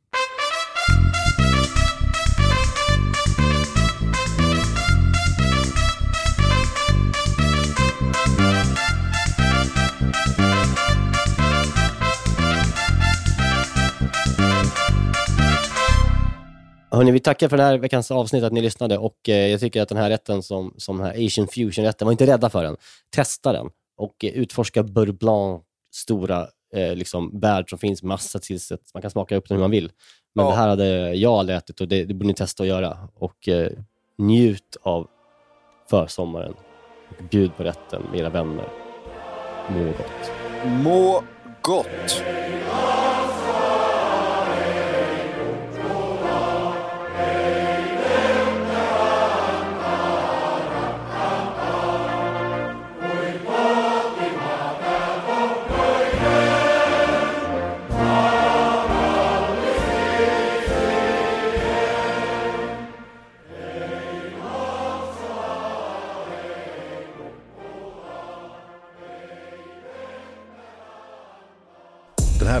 Speaker 6: Hörrni, vi tackar för den här veckans avsnitt, att ni lyssnade. Och eh, jag tycker att den här rätten, som, som den här Asian fusion-rätten, var inte rädda för den. Testa den och eh, utforska beurre blanc stora eh, liksom, bär som finns, massa tillsätt. Man kan smaka upp den hur man vill. Men
Speaker 2: Ja.
Speaker 6: det här hade jag aldrig ätit och det, det borde ni testa att göra. Och eh, njut av försommaren. Och bjud på rätten med era vänner. Må gott.
Speaker 2: Må gott.
Speaker 8: Hej
Speaker 2: Den här